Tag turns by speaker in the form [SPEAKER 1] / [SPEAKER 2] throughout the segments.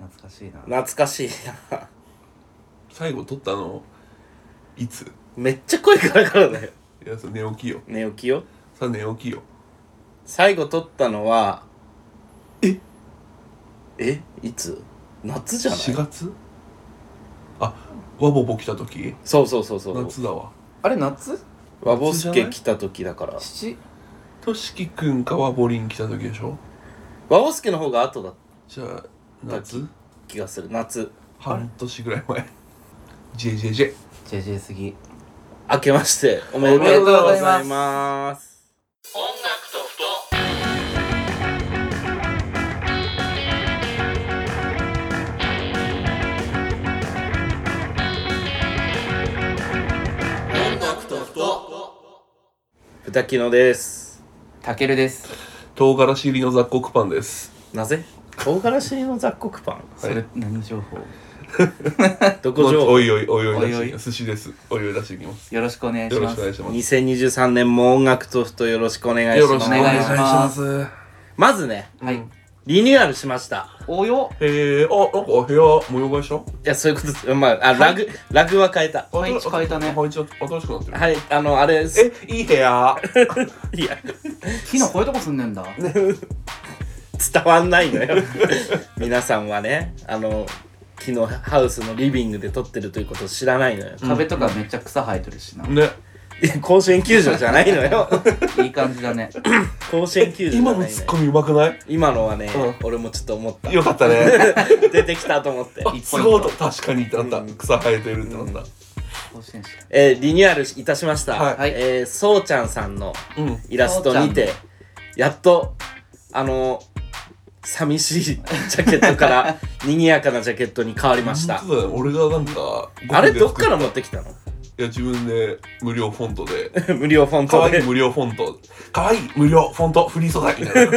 [SPEAKER 1] 懐かしいな
[SPEAKER 2] 懐かしいな
[SPEAKER 3] 最後撮ったのいつ
[SPEAKER 2] めっちゃ声からからだよ
[SPEAKER 3] いやそれ寝起きよ
[SPEAKER 2] 寝起きよ
[SPEAKER 3] さあ寝起きよ
[SPEAKER 2] 最後撮ったのはええいつ夏じゃない
[SPEAKER 3] 4月あワボボ来た時
[SPEAKER 2] そうそうそうそう
[SPEAKER 3] 夏だわ
[SPEAKER 1] あれ夏
[SPEAKER 2] 和ボス
[SPEAKER 3] 夏じゃ
[SPEAKER 2] ケ
[SPEAKER 3] ない
[SPEAKER 2] 来た時だから
[SPEAKER 1] 七
[SPEAKER 3] としきくんかワボリン来た時でしょ
[SPEAKER 2] 和ボスケの方が後だった
[SPEAKER 3] じゃあ夏
[SPEAKER 2] 気がする夏
[SPEAKER 3] 半年ぐらい前 JJJ
[SPEAKER 1] JJ すぎ
[SPEAKER 2] 明けましておめでとうございます豚キノです
[SPEAKER 1] たけるです
[SPEAKER 3] 唐辛子入りの雑穀パンです
[SPEAKER 2] なぜ唐辛子入りの雑穀パン
[SPEAKER 1] それ何情報
[SPEAKER 2] どこ
[SPEAKER 3] もう
[SPEAKER 2] 情
[SPEAKER 3] お
[SPEAKER 2] 報
[SPEAKER 3] いおいおいおい出
[SPEAKER 1] おい
[SPEAKER 3] し
[SPEAKER 1] おい
[SPEAKER 3] 寿司ですおいおい出していきます
[SPEAKER 1] よろしくお願いし
[SPEAKER 3] よろ
[SPEAKER 1] ま
[SPEAKER 3] しく
[SPEAKER 1] す
[SPEAKER 3] お願いします
[SPEAKER 2] 2023年も音楽とふとよろしくお願いし
[SPEAKER 3] よ
[SPEAKER 2] ま
[SPEAKER 3] ろ
[SPEAKER 2] す
[SPEAKER 3] しくお願いしま
[SPEAKER 1] お
[SPEAKER 3] す
[SPEAKER 2] まずね
[SPEAKER 1] はい
[SPEAKER 2] リニューアルしました
[SPEAKER 1] およ
[SPEAKER 3] えー、あ、なんか部屋模様替えした
[SPEAKER 2] いやそういうことですまああ、ラグラグは変えた
[SPEAKER 1] 配置変えたね
[SPEAKER 3] 配置新しくなってる
[SPEAKER 2] はいあのあれです
[SPEAKER 3] え、いい部屋
[SPEAKER 2] いや
[SPEAKER 1] 昨日こういうとこ住んでんだ
[SPEAKER 2] 伝わんないのよ皆さんはねあの昨日ハウスのリビングで撮ってるということを知らないのよ、
[SPEAKER 1] 壁とかめっちゃ草生えてるしな
[SPEAKER 3] ね
[SPEAKER 2] いや甲子園球場じゃないの よ
[SPEAKER 1] いい感じだね
[SPEAKER 2] 甲子園球場じゃな
[SPEAKER 3] 今
[SPEAKER 2] いの
[SPEAKER 3] の
[SPEAKER 2] よ
[SPEAKER 3] ツッコミうまくない
[SPEAKER 2] 今のはね、
[SPEAKER 3] う
[SPEAKER 2] 俺もちょっと思った
[SPEAKER 3] よかったね
[SPEAKER 2] 出てきたと思 って
[SPEAKER 3] あすごいと確かにってなった草生えてるってなった
[SPEAKER 1] 甲子園し
[SPEAKER 2] えーリニューアルいたしました、
[SPEAKER 3] はい
[SPEAKER 2] えーそうちゃんさんの
[SPEAKER 3] うん
[SPEAKER 2] イラストにて
[SPEAKER 1] そ
[SPEAKER 2] やっとあの寂しい ジャケット から賑やかなジャケットに変わりました
[SPEAKER 3] 本当だよ俺がなんか
[SPEAKER 2] あれどっからら持ってきたの
[SPEAKER 3] いや自分で無料フォントで
[SPEAKER 2] 無料フォン
[SPEAKER 3] 可
[SPEAKER 2] ト
[SPEAKER 3] 愛
[SPEAKER 2] で
[SPEAKER 3] い無料フォント可愛い無料フォントフリー素材みたいな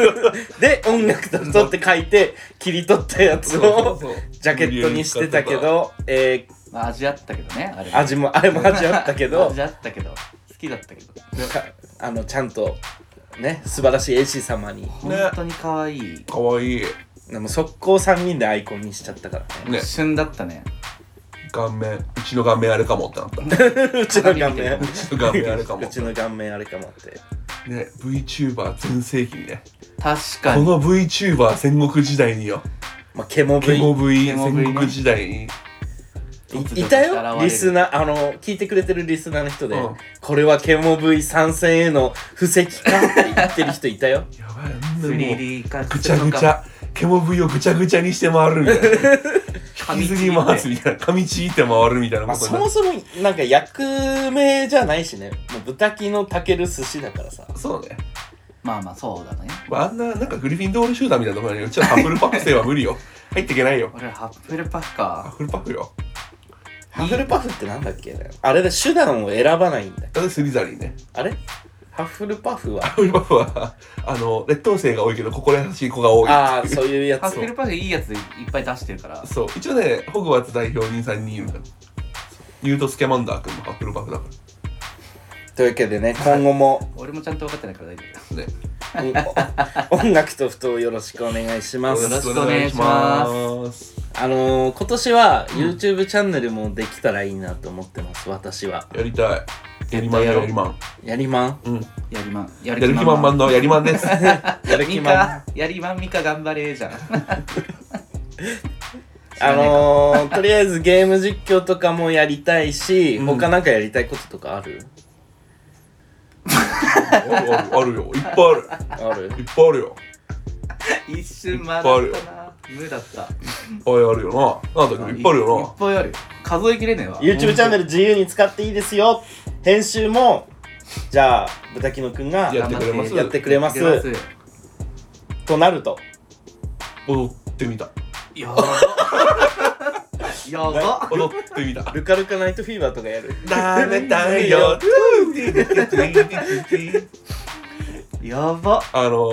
[SPEAKER 2] で音楽と取って書いて切り取ったやつを
[SPEAKER 3] そう
[SPEAKER 2] ジャケットにしてたけど、え
[SPEAKER 1] たまあ味あったけどねあれ
[SPEAKER 2] ー、味もあれも味あったけ ど
[SPEAKER 1] 味あったけど好きだったけど
[SPEAKER 2] かあのちゃんとね素晴らしい AC 様に
[SPEAKER 1] 本当に可愛い
[SPEAKER 3] 可愛い
[SPEAKER 2] でも速攻3人でアイコンにしちゃったからね
[SPEAKER 3] ね
[SPEAKER 1] 一瞬だったね
[SPEAKER 3] 顔面うちの顔面あれかもってなった
[SPEAKER 2] うちの顔面
[SPEAKER 1] 鏡見
[SPEAKER 3] うちの顔面あれか も
[SPEAKER 2] うちの顔面あれかもって
[SPEAKER 3] ね VTuber 全盛期にね
[SPEAKER 1] 確か
[SPEAKER 3] こ
[SPEAKER 1] に
[SPEAKER 3] の VTuber 戦国時代によ
[SPEAKER 2] まあケモブ
[SPEAKER 3] ケ
[SPEAKER 2] イ
[SPEAKER 3] モ V
[SPEAKER 1] ケモ V ね
[SPEAKER 3] 戦国時代に
[SPEAKER 1] 突
[SPEAKER 2] い
[SPEAKER 1] 如
[SPEAKER 2] いた
[SPEAKER 1] 現れ
[SPEAKER 2] よ
[SPEAKER 1] る
[SPEAKER 2] リスナーあの聞いてくれてるリスナーの人で、
[SPEAKER 3] うん
[SPEAKER 2] これはケモブイ参戦への布石かって言ってる人い たよ
[SPEAKER 3] やばいあんなもう
[SPEAKER 1] 3D 化
[SPEAKER 3] ぐちゃぐちゃケモ V をぐちゃぐちゃにして回るみた いな引きずり回すみたいな噛みちぎって回るみたいな
[SPEAKER 2] まあ、
[SPEAKER 3] ことに
[SPEAKER 2] そ
[SPEAKER 3] な
[SPEAKER 2] も
[SPEAKER 3] る
[SPEAKER 2] そもなんか役名じゃないしねもう豚キのたける寿司だからさ
[SPEAKER 3] そうね
[SPEAKER 1] まあまあそうだね
[SPEAKER 3] まあ、あんな、なんかグリフィンドール集団みたいなところに、うちはハッフルパフ生は 無理よ。入っていけないよ。
[SPEAKER 1] 俺らハッフルパフ
[SPEAKER 3] ハッ
[SPEAKER 1] か
[SPEAKER 3] フルパフよ。
[SPEAKER 2] ハフルパフってなんだっけあれで手段を選ばないんだ
[SPEAKER 3] だってスリザリーね。
[SPEAKER 2] あれハッフルパフは
[SPEAKER 3] ハッフルパフは、あの、劣等生が多いけど、心優しい子が多い。
[SPEAKER 2] ああそういうや
[SPEAKER 1] ハ
[SPEAKER 2] つ
[SPEAKER 1] ッフルパフいいやついっぱい出してるから
[SPEAKER 3] そう。一応ね、ホグワーツ代表に3人いるから。ニュート・スキャマンダー君もハッフルパフだか
[SPEAKER 2] というわけでね今後も
[SPEAKER 1] 俺もちゃんと分かってないから大丈
[SPEAKER 3] らね。
[SPEAKER 2] お音楽とふとよろしくお願いします
[SPEAKER 1] よろしくお願いします
[SPEAKER 3] す。
[SPEAKER 2] あのー、今年は YouTube チャンネルもできたらいいなと思ってます、私は
[SPEAKER 3] やりたい。やりまん
[SPEAKER 1] やろう
[SPEAKER 3] やりまん。
[SPEAKER 2] やりまん
[SPEAKER 3] うん。
[SPEAKER 1] 夫やりまんや
[SPEAKER 3] やる気満々のやりまんです。
[SPEAKER 2] やる気
[SPEAKER 1] ミ
[SPEAKER 2] まん
[SPEAKER 1] カやりまんミカ頑張れじゃん
[SPEAKER 2] あのー、とりあえずゲーム実況とかもやりたいし、
[SPEAKER 3] うん
[SPEAKER 2] 他なんかやりたいこととかある
[SPEAKER 3] あるあるあるよ。いっぱいあ
[SPEAKER 2] ある
[SPEAKER 3] る。いっぱいあるよ。
[SPEAKER 1] 一瞬間
[SPEAKER 3] い
[SPEAKER 1] だ
[SPEAKER 3] っ
[SPEAKER 1] っ
[SPEAKER 3] ぱい
[SPEAKER 1] たな無だった
[SPEAKER 3] いっぱいあるよな。なんだっけいっぱいある
[SPEAKER 1] い
[SPEAKER 3] よ
[SPEAKER 1] っぱいある数えきれねえわ
[SPEAKER 2] YouTube チャンネル自由に使っていいですよ編集もじゃあ豚キノくんが
[SPEAKER 3] な。やってくれます
[SPEAKER 2] やってくれます
[SPEAKER 1] やってくれます
[SPEAKER 2] となると
[SPEAKER 3] 踊ってみた。
[SPEAKER 1] やば やば
[SPEAKER 3] 踊ってみた。
[SPEAKER 2] ルカルカナイトフィーバーとかやる
[SPEAKER 3] ダメだよ。
[SPEAKER 1] やば
[SPEAKER 3] あの、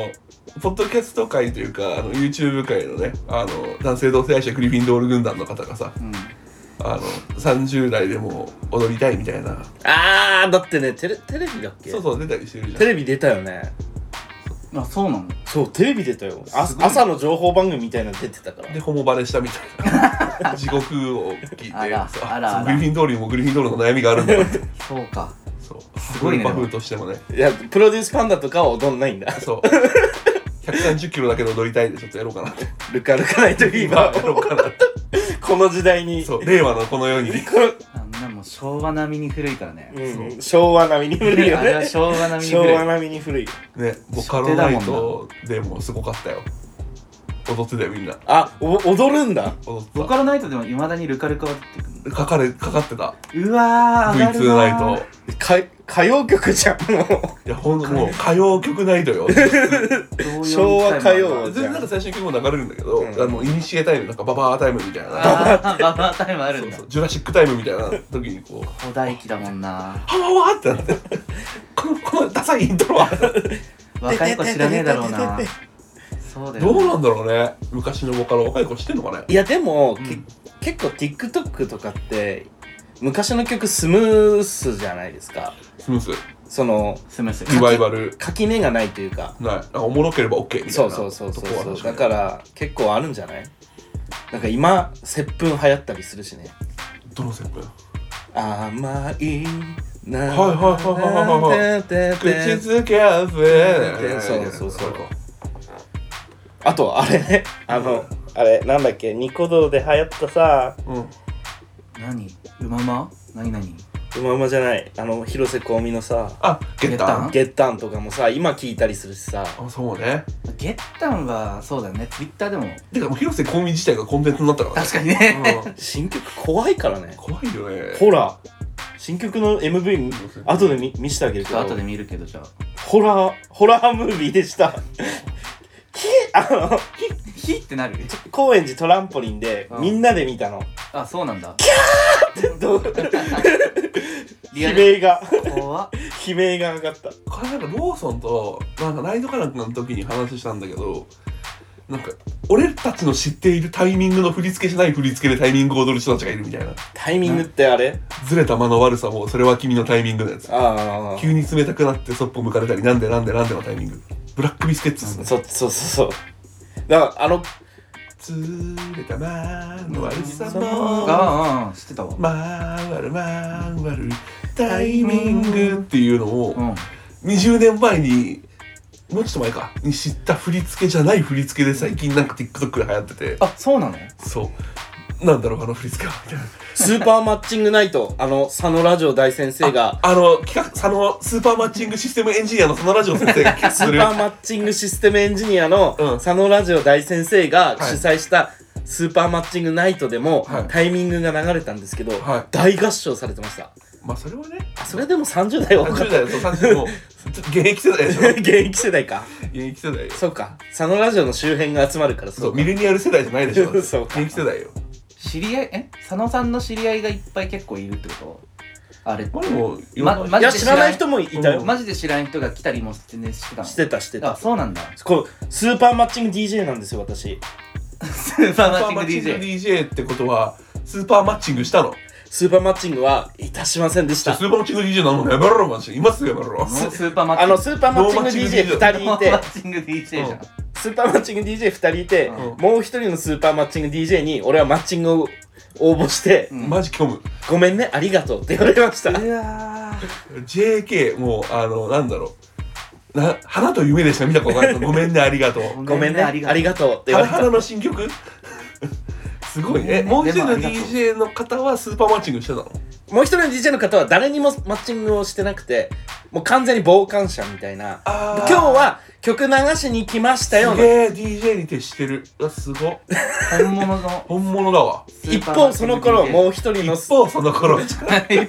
[SPEAKER 3] ポッドキャスト界というか、あの YouTube 界のね、あの、男性同性愛者グリフィンドール軍団の方がさ、
[SPEAKER 1] うん
[SPEAKER 3] あの、30代でも踊りたいみたいな、
[SPEAKER 2] あーだってねテレテレビだっけ
[SPEAKER 3] そうそう、出たりしてるじゃん。
[SPEAKER 2] テレビ出たよね
[SPEAKER 1] あそうなの
[SPEAKER 2] そうテレビ出たよあ
[SPEAKER 3] すごい
[SPEAKER 2] 朝の情報番組みたいなの出てたから
[SPEAKER 3] で、ホモバレしたみたい な。地獄を聞いて、
[SPEAKER 1] あら
[SPEAKER 3] そう
[SPEAKER 1] あら
[SPEAKER 3] そう
[SPEAKER 1] あら
[SPEAKER 3] グリフィンドールにもグリフィンドールの悩みがあるんだよって。
[SPEAKER 1] そうか
[SPEAKER 3] そう。す
[SPEAKER 1] ご
[SPEAKER 3] ご
[SPEAKER 1] い
[SPEAKER 3] い
[SPEAKER 1] ね
[SPEAKER 3] パフーとしてもね。
[SPEAKER 2] いやプロデュースパンダとかは踊んない んだ
[SPEAKER 3] そう。130キロだけど踊りたいんで、ちょっとやろうかなって。
[SPEAKER 2] ルカルカナイトフィー
[SPEAKER 3] 今や
[SPEAKER 2] バー
[SPEAKER 3] ろうかなって。
[SPEAKER 2] この時代に
[SPEAKER 3] そう。令和のこの世に。
[SPEAKER 2] この
[SPEAKER 1] あんなもう昭和並みに古いからね
[SPEAKER 2] うん、昭和並みに古いよ
[SPEAKER 1] あれは
[SPEAKER 2] ね
[SPEAKER 1] 昭和並みに
[SPEAKER 2] 昭
[SPEAKER 1] 古い
[SPEAKER 2] 和並みに古い
[SPEAKER 3] ね、ボカロナイトでもすごかったよ。踊ってたよ、みんな。
[SPEAKER 2] あお踊るんだ
[SPEAKER 3] 踊って
[SPEAKER 1] ボ
[SPEAKER 3] た。
[SPEAKER 1] カロナイトでもいまだにルカルカは出てく
[SPEAKER 3] かかれ、かかってた。
[SPEAKER 1] るうわー上がる
[SPEAKER 3] V2
[SPEAKER 1] な
[SPEAKER 3] ナ
[SPEAKER 1] ー
[SPEAKER 3] イト。
[SPEAKER 2] か歌謡曲じゃんもう
[SPEAKER 3] いや、ほんと、もう歌謡曲ナイトよ。
[SPEAKER 1] 同様に
[SPEAKER 2] 昭和歌謡
[SPEAKER 3] 全然なんか最初に曲も流れるんだけど、
[SPEAKER 2] うん
[SPEAKER 3] あの、イニシエタイム、なんかババアタイムみたいな。
[SPEAKER 1] あーババアタイムあるんだ
[SPEAKER 3] そうそうジュラシックタイムみたいな時にこう、
[SPEAKER 1] 古代期だもん な
[SPEAKER 3] ハワワってな って、この、このダサいイントロは、
[SPEAKER 1] 若い子知らねえだろうなそうだよ
[SPEAKER 3] どう
[SPEAKER 1] ね
[SPEAKER 3] なんだろうね。昔のボカロ、若い子知ってんのかね
[SPEAKER 2] いやでも、
[SPEAKER 3] うん
[SPEAKER 2] け結構 TikTok とかって昔の曲スムースじゃないですか
[SPEAKER 3] スムース、
[SPEAKER 2] その
[SPEAKER 1] すみません
[SPEAKER 3] リバイバル、
[SPEAKER 2] 垣根がないというか
[SPEAKER 3] ない。なんかおもろければ OK みたいな。
[SPEAKER 2] そうそうそうそう
[SPEAKER 3] とこは
[SPEAKER 2] そう
[SPEAKER 3] 確
[SPEAKER 2] だ
[SPEAKER 3] に
[SPEAKER 2] から結構あるんじゃないなんか今接吻流行ったりするしね
[SPEAKER 3] どのセップ
[SPEAKER 2] 甘いな
[SPEAKER 3] はいはいはいはいはい
[SPEAKER 2] はい
[SPEAKER 3] 口づけあふれ
[SPEAKER 2] そうそうそうあとあれねあのあれなんだっけニコ動で流行ったさ
[SPEAKER 3] うん
[SPEAKER 1] 何うまま何何
[SPEAKER 2] うまうまじゃないあの広瀬香美のさ
[SPEAKER 3] あゲッタン
[SPEAKER 2] ゲッタンとかもさ今聞いたりするしさ
[SPEAKER 3] あそうね
[SPEAKER 1] ゲッタンはそうだねツイッターでも
[SPEAKER 3] てかもう広瀬香美自体がコンテンツになったからね
[SPEAKER 1] 確かにね
[SPEAKER 3] うん
[SPEAKER 2] 新曲怖いからね
[SPEAKER 3] 怖いよね
[SPEAKER 2] ホラー新曲の MV 後で見見せてあげる
[SPEAKER 1] ち
[SPEAKER 2] け
[SPEAKER 1] ょ
[SPEAKER 2] ど
[SPEAKER 1] っと後で見るけどじゃあ
[SPEAKER 2] ホラーホラームービーでした ひあの
[SPEAKER 1] ヒってなる
[SPEAKER 2] 高円寺トランポリンで
[SPEAKER 1] うん
[SPEAKER 2] みんなで見たの
[SPEAKER 1] あそうなんだ
[SPEAKER 2] どう
[SPEAKER 1] リア
[SPEAKER 2] 悲
[SPEAKER 1] ル
[SPEAKER 2] 鳴が
[SPEAKER 1] 怖っ
[SPEAKER 2] 悲鳴が上がった
[SPEAKER 3] これなんかローソンとなんかライドカランの時に話したんだけどなんか俺たちの知っているタイミングの振り付けしない振り付けでタイミングを踊る人たちがいるみたいな
[SPEAKER 2] タイミングってあれ
[SPEAKER 3] ずれた間の悪さもそれは君のタイミングのやつ
[SPEAKER 2] ああ
[SPEAKER 3] 急に冷たくなってそっぽ向かれたりなんでなんでなんでのタイミングブラックビスケッツっすね
[SPEAKER 2] そそうそうそうだからあの
[SPEAKER 3] つれたまんわるさも
[SPEAKER 1] あああ知ってたわ
[SPEAKER 3] まわるまわるタイミングっていうの
[SPEAKER 1] う
[SPEAKER 3] を
[SPEAKER 1] ん
[SPEAKER 3] 20年前にもうちょっと前かに知った振り付けじゃない振り付けで最近なんか TikTok で流行ってて
[SPEAKER 1] あそうなの
[SPEAKER 3] そうなんだろうあの振り付けはみたいな
[SPEAKER 2] スーパーマッチングナイト あの佐野ラジオ大先生が
[SPEAKER 3] あの企画そのスーパーマッチングシステムエンジニアのそのラジオ先生 が企画
[SPEAKER 2] ス
[SPEAKER 3] す
[SPEAKER 2] ー
[SPEAKER 3] る
[SPEAKER 2] パーマッチングシステムエンジニアの
[SPEAKER 3] うん
[SPEAKER 2] 佐野ラジオ大先生が
[SPEAKER 3] はい
[SPEAKER 2] 主催したスーパーマッチングナイトでも
[SPEAKER 3] はい
[SPEAKER 2] タイミングが流れたんですけど
[SPEAKER 3] はい
[SPEAKER 2] 大合唱されてました
[SPEAKER 3] まあそれはね
[SPEAKER 2] あそれでも30代は多かっ
[SPEAKER 3] 30代と30もう 現役世代でしょ
[SPEAKER 2] た 現役世代か
[SPEAKER 3] 現役世代よ
[SPEAKER 2] そうか佐野ラジオの周辺が集まるから
[SPEAKER 3] そ
[SPEAKER 2] そうう
[SPEAKER 3] ミレニアル世代じゃないでし ょ
[SPEAKER 2] そうか
[SPEAKER 3] 現役世代よ
[SPEAKER 1] 知り合いえ佐野さんの知り合いがいっぱい結構いるってことあれ
[SPEAKER 3] まあでもいろんな
[SPEAKER 1] まマ
[SPEAKER 2] いや
[SPEAKER 1] ジで
[SPEAKER 2] 知らない人もいたよ
[SPEAKER 1] マジで知らん人が来たりも全然してたの
[SPEAKER 2] してたして
[SPEAKER 1] あ
[SPEAKER 2] た
[SPEAKER 1] そう なんだ
[SPEAKER 2] こうスーパーマッチング DJ なんですよ私
[SPEAKER 1] スーパー
[SPEAKER 3] ス
[SPEAKER 1] マ
[SPEAKER 3] ーパ
[SPEAKER 1] ッ
[SPEAKER 3] ー
[SPEAKER 1] チン
[SPEAKER 3] マ
[SPEAKER 1] グ
[SPEAKER 3] ッチング
[SPEAKER 1] DJ
[SPEAKER 3] DJ ってことはスーパーマッチングしたの
[SPEAKER 2] スーパーマッチングはいたしませんでし
[SPEAKER 3] じゃあ
[SPEAKER 2] た
[SPEAKER 3] スーパーマッチング DJ なのやめろマジで今すぐやめろ
[SPEAKER 1] ノースーパーマッチ
[SPEAKER 2] あ
[SPEAKER 1] ング
[SPEAKER 2] のスーパーマッチング DJ2 人いて
[SPEAKER 1] マッチング DJ じゃん。
[SPEAKER 2] スーパーマッチング DJ2 人いて、
[SPEAKER 1] うん
[SPEAKER 2] もう一人のスーパーマッチング DJ に俺はマッチングを応募して、
[SPEAKER 1] うん
[SPEAKER 3] マジ虚無
[SPEAKER 2] ごめんねありがとうって言われました
[SPEAKER 1] うわー
[SPEAKER 3] JK もうあのなんだろうな花と夢でしか見たことないごめんねあり がとう
[SPEAKER 2] ごめんねありがとうって言われ
[SPEAKER 3] 花
[SPEAKER 2] た
[SPEAKER 3] 花の新曲 すごいね
[SPEAKER 1] ごめんね
[SPEAKER 3] もう一人の
[SPEAKER 1] でもありがとう
[SPEAKER 3] DJ の方はスーパーマッチングしてたの
[SPEAKER 2] もう一人の DJ の方は誰にもマッチングをしてなくてもう完全に傍観者みたいな
[SPEAKER 3] あ
[SPEAKER 2] 今
[SPEAKER 3] ー
[SPEAKER 2] 日は曲流しに来ましたよ
[SPEAKER 3] す
[SPEAKER 2] ね
[SPEAKER 3] げえ DJ に徹してるあすごっ
[SPEAKER 1] 本物の
[SPEAKER 3] 本物だわ
[SPEAKER 1] ス
[SPEAKER 2] 一
[SPEAKER 1] ーパーマ
[SPEAKER 2] 方
[SPEAKER 1] ッチ
[SPEAKER 2] そ
[SPEAKER 1] ング DJ
[SPEAKER 2] の頃もう一人の
[SPEAKER 3] 一方その頃
[SPEAKER 2] 一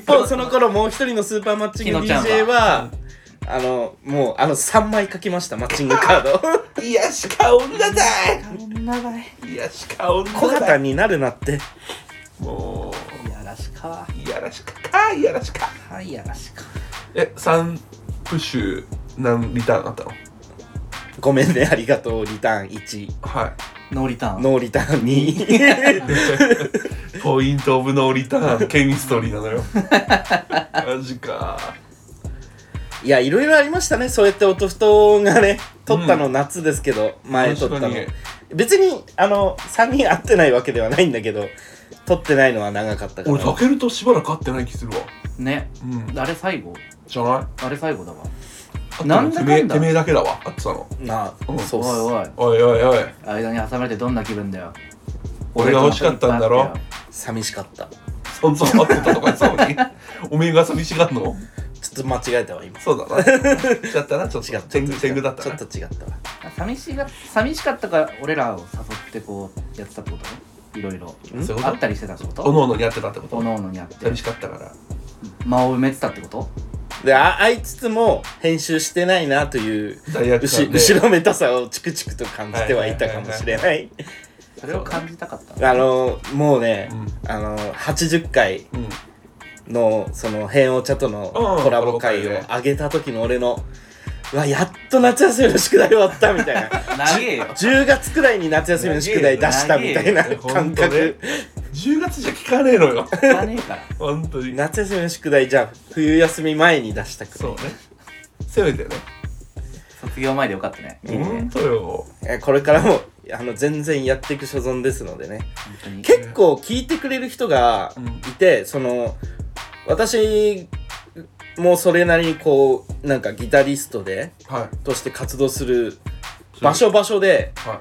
[SPEAKER 2] 方その頃もう一人のスーパーマッチング
[SPEAKER 1] きのちゃんは
[SPEAKER 2] DJ はあのもうあの3枚書きましたマッチングカード
[SPEAKER 3] いやしか女だい
[SPEAKER 1] 女がい
[SPEAKER 3] いやしか女
[SPEAKER 2] 小
[SPEAKER 3] だ
[SPEAKER 2] 型
[SPEAKER 3] い
[SPEAKER 2] になるなって
[SPEAKER 3] も
[SPEAKER 1] いやらしかわ
[SPEAKER 3] ういやらしかかいやらしか
[SPEAKER 1] はいいやらしか
[SPEAKER 3] え三プッシュ何リターンあったの
[SPEAKER 2] ごめんねありがとうリターン1
[SPEAKER 3] は
[SPEAKER 1] ノーリターン
[SPEAKER 2] ノーリターン2
[SPEAKER 3] いポイントオブノーリターンケミストリーな のよマジか
[SPEAKER 2] いやいろいろありましたねそうやって音不当がね撮ったの夏ですけど、前撮ったの
[SPEAKER 3] 確か
[SPEAKER 2] 別にあの3人会ってないわけではないんだけど撮ってないのは長かったから
[SPEAKER 3] 俺タケルとしばらく会ってない気するわ
[SPEAKER 1] ね
[SPEAKER 3] うん
[SPEAKER 1] あれ最後
[SPEAKER 3] じゃない
[SPEAKER 1] あれ最後だわ
[SPEAKER 3] あ
[SPEAKER 1] なんだかんだ
[SPEAKER 3] てめえてめえだけだわあってたの
[SPEAKER 2] なあ
[SPEAKER 3] うん
[SPEAKER 2] そうっす
[SPEAKER 1] おいおい
[SPEAKER 3] おいおいおい
[SPEAKER 1] 間に挟まれてどんな気分だよ
[SPEAKER 3] 俺が欲しかったんだろ
[SPEAKER 2] 寂しかったちょ
[SPEAKER 3] そんそん会ってたとか言ってた のにおめえが寂しがんの
[SPEAKER 2] っと間違えたわ今
[SPEAKER 3] そうだな違ったなちょっ
[SPEAKER 2] 違
[SPEAKER 3] と
[SPEAKER 2] った
[SPEAKER 3] 天狗天狗だった
[SPEAKER 2] ちょ
[SPEAKER 3] な
[SPEAKER 2] っと違ったわ
[SPEAKER 1] 寂しが寂しかったから俺らを誘ってこうやってたってこといろいろ
[SPEAKER 2] ん
[SPEAKER 3] そういう
[SPEAKER 1] あ
[SPEAKER 3] こ
[SPEAKER 1] ったりしてたってこと
[SPEAKER 3] とおのおのに会ってたってこ
[SPEAKER 1] お
[SPEAKER 3] と
[SPEAKER 1] のおのにあって
[SPEAKER 3] 寂しかったから
[SPEAKER 1] 間を埋めてたってこと
[SPEAKER 2] でああいつつも編集してないなという
[SPEAKER 3] 罪悪
[SPEAKER 2] 後
[SPEAKER 3] 感で
[SPEAKER 2] 後ろめたさをチクチクと感じてはいたかもしれない
[SPEAKER 1] それを感じたかった
[SPEAKER 2] あのもうね、
[SPEAKER 3] う
[SPEAKER 2] あの80回
[SPEAKER 3] んうん
[SPEAKER 2] のその「変お茶」との
[SPEAKER 3] うん
[SPEAKER 2] コラボ会を上げた時の俺の「うわやっと夏休みの宿題終わった」みたいな
[SPEAKER 1] 長 えよ
[SPEAKER 2] 10月くらいに夏休みの宿題出したみたいな
[SPEAKER 3] 長えよ
[SPEAKER 2] 感
[SPEAKER 3] 長えよ
[SPEAKER 2] 覚
[SPEAKER 3] 10月じゃ聞かねえのよ
[SPEAKER 1] 知らねえから
[SPEAKER 3] 本当に
[SPEAKER 2] 夏休みの宿題じゃあ冬休み前に出したく
[SPEAKER 3] そうねせめてね
[SPEAKER 1] 卒業前でよかった ね
[SPEAKER 2] いいね
[SPEAKER 3] 本当よ
[SPEAKER 2] えこれからもあの全然やっていく所存ですのでね
[SPEAKER 1] 本当に
[SPEAKER 2] 結構聞いてくれる人がいて、その私もそれなりにこうなんかギタリストで
[SPEAKER 3] は
[SPEAKER 2] として活動する
[SPEAKER 3] い
[SPEAKER 2] 場所場所で
[SPEAKER 3] はい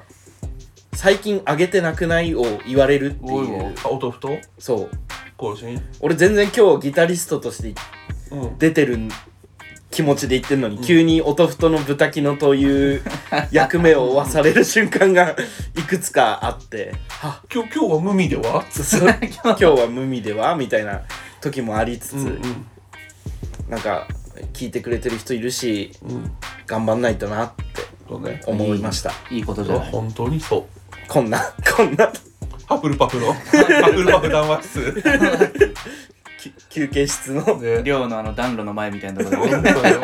[SPEAKER 2] 最近上げてなくないを言われるって
[SPEAKER 1] おい
[SPEAKER 2] い
[SPEAKER 1] おいう
[SPEAKER 3] あお豆腐と
[SPEAKER 2] そう
[SPEAKER 3] 更新
[SPEAKER 2] 俺全然今日ギタリストとして
[SPEAKER 3] うん
[SPEAKER 2] 出てる気持ちで言ってんのに、急に音太の豚キノ という役目を負わされる瞬間が いくつかあ っては
[SPEAKER 3] 今日今日は無味では
[SPEAKER 2] そそ今日は無味ではみたいな時もありつつ、
[SPEAKER 3] うん
[SPEAKER 2] なんか聞いてくれてる人いるし
[SPEAKER 3] うん
[SPEAKER 2] 頑張んないとなって
[SPEAKER 3] そうね
[SPEAKER 2] 思いました
[SPEAKER 1] いいことじゃない
[SPEAKER 3] 本当にそう
[SPEAKER 2] こんな こんな
[SPEAKER 3] ハフルパフのハフルパフ談話室
[SPEAKER 2] き休憩室の
[SPEAKER 3] ね
[SPEAKER 1] 寮のあの暖炉の前みたいなところで
[SPEAKER 3] 本当よ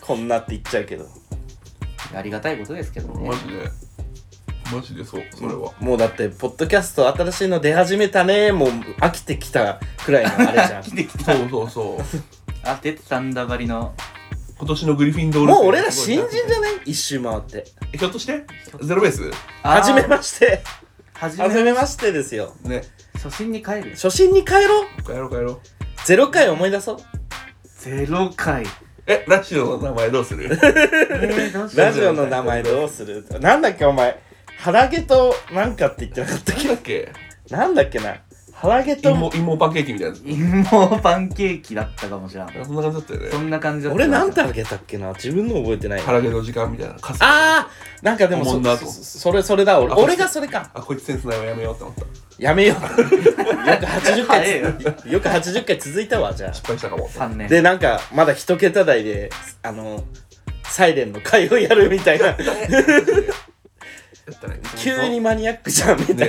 [SPEAKER 2] こんなって言っちゃうけど
[SPEAKER 1] ありがたいことですけどね
[SPEAKER 3] マジでマジでそうそれは
[SPEAKER 2] もうだってポッドキャスト新しいの出始めたねもう飽きてきたくらいのあれじ ゃん
[SPEAKER 1] できた
[SPEAKER 3] そうそうそう
[SPEAKER 1] あてつさんだばりの
[SPEAKER 3] 今年のグリフィンドール
[SPEAKER 2] もう俺ら新人じ
[SPEAKER 3] ゃ
[SPEAKER 2] ゃない一周回って
[SPEAKER 3] ひょっとしてゼロベース
[SPEAKER 1] あー
[SPEAKER 2] 初めまして
[SPEAKER 1] 初
[SPEAKER 2] 初
[SPEAKER 1] め
[SPEAKER 2] めましてですよ
[SPEAKER 3] ね
[SPEAKER 1] 初心に帰る
[SPEAKER 2] 初心に帰ろう
[SPEAKER 3] 帰ろう帰ろう
[SPEAKER 2] ゼロ回思い出そう
[SPEAKER 1] ゼロ回
[SPEAKER 3] えラッシュの名前どう する
[SPEAKER 1] えー、どうしよ
[SPEAKER 2] ラ
[SPEAKER 1] う
[SPEAKER 2] ジオの名前どうするなんだっけお前腹毛となんかって言ってなかったっ
[SPEAKER 3] 何だっけ
[SPEAKER 2] けなんだっけな腹毛と
[SPEAKER 3] 芋芋パンケーキみたいなや
[SPEAKER 1] 芋パンケーキだったかもしれん
[SPEAKER 3] つそんな感じだったよね
[SPEAKER 1] そんな感じだった
[SPEAKER 2] 俺なんてあげたっけな自分の覚えてないあ
[SPEAKER 3] 腹毛の時間みたいなカス
[SPEAKER 2] あーなんかでも
[SPEAKER 3] おも
[SPEAKER 2] そ
[SPEAKER 3] んなと
[SPEAKER 2] そそれそれだ俺
[SPEAKER 3] あ
[SPEAKER 2] 俺がそれか
[SPEAKER 3] あこいつセンスないわやめようって思った
[SPEAKER 2] やめようよく
[SPEAKER 1] 早
[SPEAKER 2] 80回
[SPEAKER 1] いよ
[SPEAKER 2] つよく80回続いたわじゃ
[SPEAKER 3] 失敗したかも
[SPEAKER 1] 3年
[SPEAKER 2] あでなんかまだ一桁台であのサイレンの会をやるみたい な
[SPEAKER 3] やったね
[SPEAKER 2] 急にマニアックじゃんみたいな、
[SPEAKER 3] ね